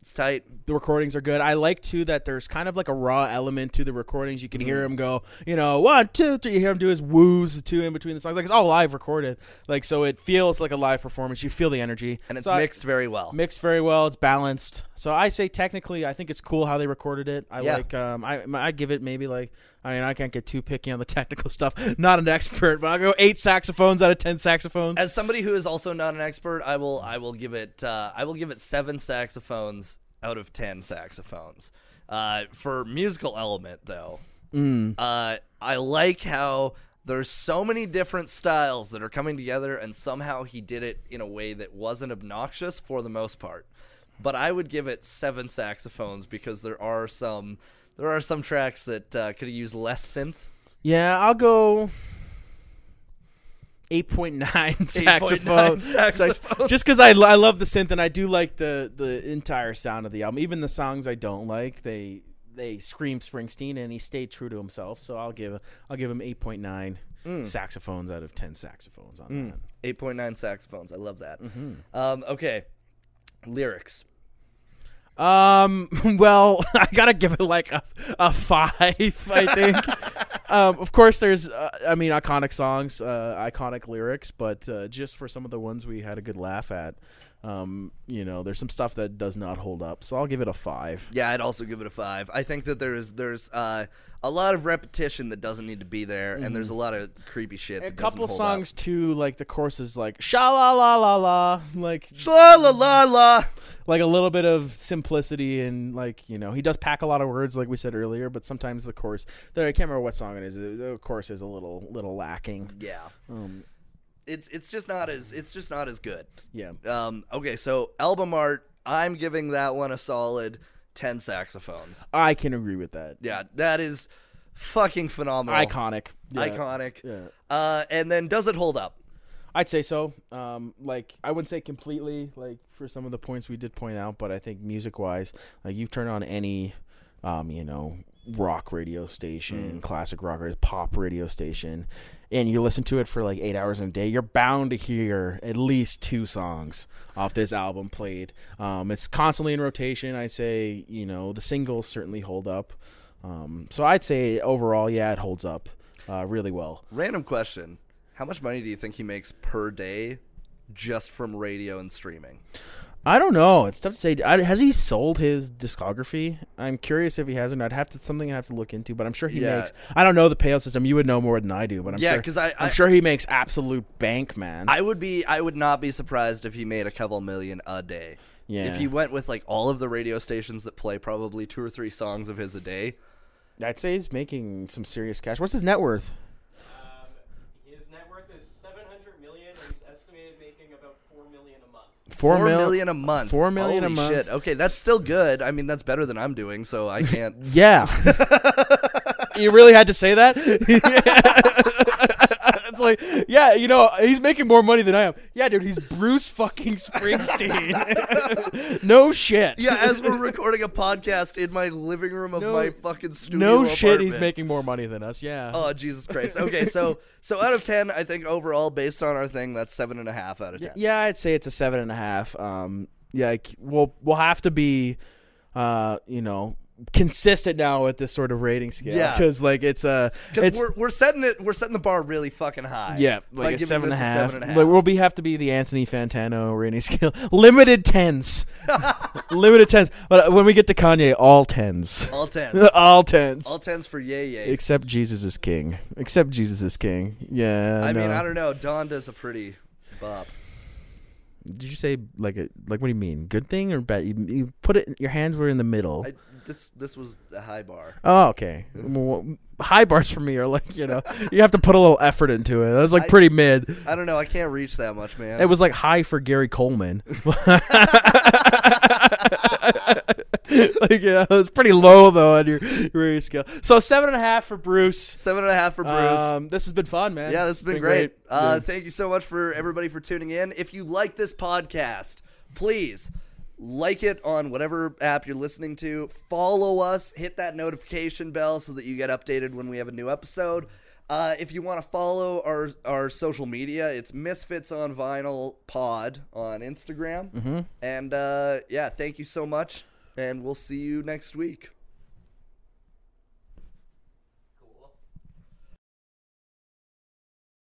Speaker 1: It's tight.
Speaker 2: The recordings are good. I like too that there's kind of like a raw element to the recordings. You can hear
Speaker 1: Mm-hmm.
Speaker 2: him go, you know, one, two, three. You hear him do his woos, the two in between the songs. Like it's all live recorded. Like so, it feels like a live performance. You feel the energy,
Speaker 1: And it's
Speaker 2: So I-
Speaker 1: mixed very well.
Speaker 2: mixed very well. It's balanced. So I say technically, I think it's cool how they recorded it. I
Speaker 1: Yeah.
Speaker 2: like. Um, I I give it maybe like. I mean, I can't get too picky on the technical stuff. Not an expert, but I'll go eight saxophones out of ten saxophones.
Speaker 1: As somebody who is also not an expert, I will I will give it uh, I will give it seven saxophones out of ten saxophones. Uh, for musical element though, uh, I like how there's so many different styles that are coming together, and somehow he did it in a way that wasn't obnoxious for the most part. But I would give it seven saxophones because there are some there are some tracks that uh, could have used less synth.
Speaker 2: yeah, I'll go. 8.9
Speaker 1: 8.9
Speaker 2: saxophone.
Speaker 1: saxophone.
Speaker 2: Just because I, lo- I love the synth and I do like the, the entire sound of the album. Even the songs I don't like, they they scream Springsteen and he stayed true to himself. So I'll give I'll give him 8.9 saxophones out of 10 saxophones on that.
Speaker 1: 8.9 saxophones. I love that.
Speaker 2: Mm-hmm.
Speaker 1: Um, okay. Lyrics.
Speaker 2: Um. Well, I gotta give it like a, a five. I think. um. Of course, there's. Uh, I mean, iconic songs, uh, iconic lyrics, but uh, just for some of the ones we had a good laugh at. Um. You know, there's some stuff that does not hold up, so I'll give it a five.
Speaker 1: Yeah, I'd also give it a five. I think that there is there's uh, a lot of repetition that doesn't need to be there, and
Speaker 2: Mm-hmm.
Speaker 1: there's a lot of creepy shit.
Speaker 2: A
Speaker 1: That
Speaker 2: couple
Speaker 1: doesn't hold
Speaker 2: songs too, like the chorus is like sha la la la la, like
Speaker 1: Up. La la la la.
Speaker 2: like a little bit of simplicity and like you know he does pack a lot of words like we said earlier but sometimes the chorus there i can't remember what song it is the the chorus is a little little lacking
Speaker 1: Yeah.
Speaker 2: Um,
Speaker 1: it's it's just not as it's just not as good.
Speaker 2: yeah
Speaker 1: Um, okay, so album art. I'm giving that one a solid ten saxophones.
Speaker 2: i can agree with that
Speaker 1: Yeah, that is fucking phenomenal.
Speaker 2: iconic Yeah.
Speaker 1: Iconic.
Speaker 2: Yeah.
Speaker 1: Uh, and then does it hold up?
Speaker 2: i'd say so um like i wouldn't say completely like for some of the points we did point out but i think music wise like you turn on any um you know rock radio station classic rock or pop radio station and you listen to it for like eight hours in a day you're bound to hear at least two songs off this album played um it's constantly in rotation i say you know the singles certainly hold up um so i'd say overall yeah it holds up uh really well
Speaker 1: Random question: How much money do you think he makes per day, just from radio and streaming?
Speaker 2: I don't know. It's tough to say. I, has he sold his discography? I'm curious if he hasn't. I'd have to something I have to look into, but I'm sure he
Speaker 1: Yeah.
Speaker 2: makes. I don't know the payout system. You would know more than I do, but I'm
Speaker 1: Yeah,
Speaker 2: sure.
Speaker 1: 'cause I- I-
Speaker 2: am sure he makes absolute bank, man.
Speaker 1: I would be. I would not be surprised if he made a couple million a day.
Speaker 2: Yeah.
Speaker 1: If he went with like all of the radio stations that play probably two or three songs of his a day,
Speaker 2: I'd say he's making some serious cash. What's his net worth?
Speaker 3: Um, his net worth is 700 million. and He's estimated making about 4 million a month.
Speaker 1: four million
Speaker 2: mil-
Speaker 1: a month.
Speaker 2: Four million
Speaker 1: Holy
Speaker 2: a month.
Speaker 1: Shit. Okay, that's still good. I mean, that's better than I'm doing, so I can't.
Speaker 2: Yeah. you really had to say that? it's like, yeah, you know, he's making more money than I am. Yeah, dude, he's Bruce fucking Springsteen. no shit.
Speaker 1: yeah, as we're recording a podcast in my living room of my fucking studio.
Speaker 2: no shit he's
Speaker 1: apartment.
Speaker 2: making more money than us yeah
Speaker 1: Oh Jesus Christ! Okay, so so out of ten, I think overall, based on our thing, that's seven and a half out of ten.
Speaker 2: yeah i'd say it's a seven and a half um yeah like we'll we'll have to be uh you know consistent now with this sort of rating scale
Speaker 1: Yeah.
Speaker 2: because like it's a
Speaker 1: Because
Speaker 2: it's
Speaker 1: we're, we're setting it, we're setting the bar really fucking high.
Speaker 2: yeah
Speaker 1: by
Speaker 2: like a
Speaker 1: giving
Speaker 2: seven and a
Speaker 1: this
Speaker 2: half,
Speaker 1: seven and a
Speaker 2: Like,
Speaker 1: half.
Speaker 2: we'll be have to be the anthony fantano rating scale limited tens limited tens but uh, when we get to kanye all tens
Speaker 1: all tens,
Speaker 2: all tens
Speaker 1: all tens for yay yay.
Speaker 2: except jesus is king except jesus is king yeah
Speaker 1: I mean,
Speaker 2: no.
Speaker 1: I don't know. Don does a pretty bop.
Speaker 2: Did you say like a like what do you mean? Good thing or bad? You, you put it. Your hands were in the middle.
Speaker 1: I, this this was a high bar.
Speaker 2: oh, okay. Well, high bars for me are like you know you have to put a little effort into it. That was like pretty mid.
Speaker 1: I don't know. I can't reach that much, man.
Speaker 2: It was like high for Gary Coleman. like yeah, it was pretty low though on your rating scale. So seven and a half for Bruce.
Speaker 1: seven and a half for Bruce.
Speaker 2: Um, this has been fun, man.
Speaker 1: yeah, this has been, great. Uh, Thank you so much for everybody for tuning in. If you like this podcast, please like it on whatever app you're listening to. Follow us, hit that notification bell so that you get updated when we have a new episode. Uh, if you want to follow our our social media, it's Misfits on Vinyl Pod on Mm-hmm. Instagram. And uh, yeah, thank you so much, and we'll see you next week.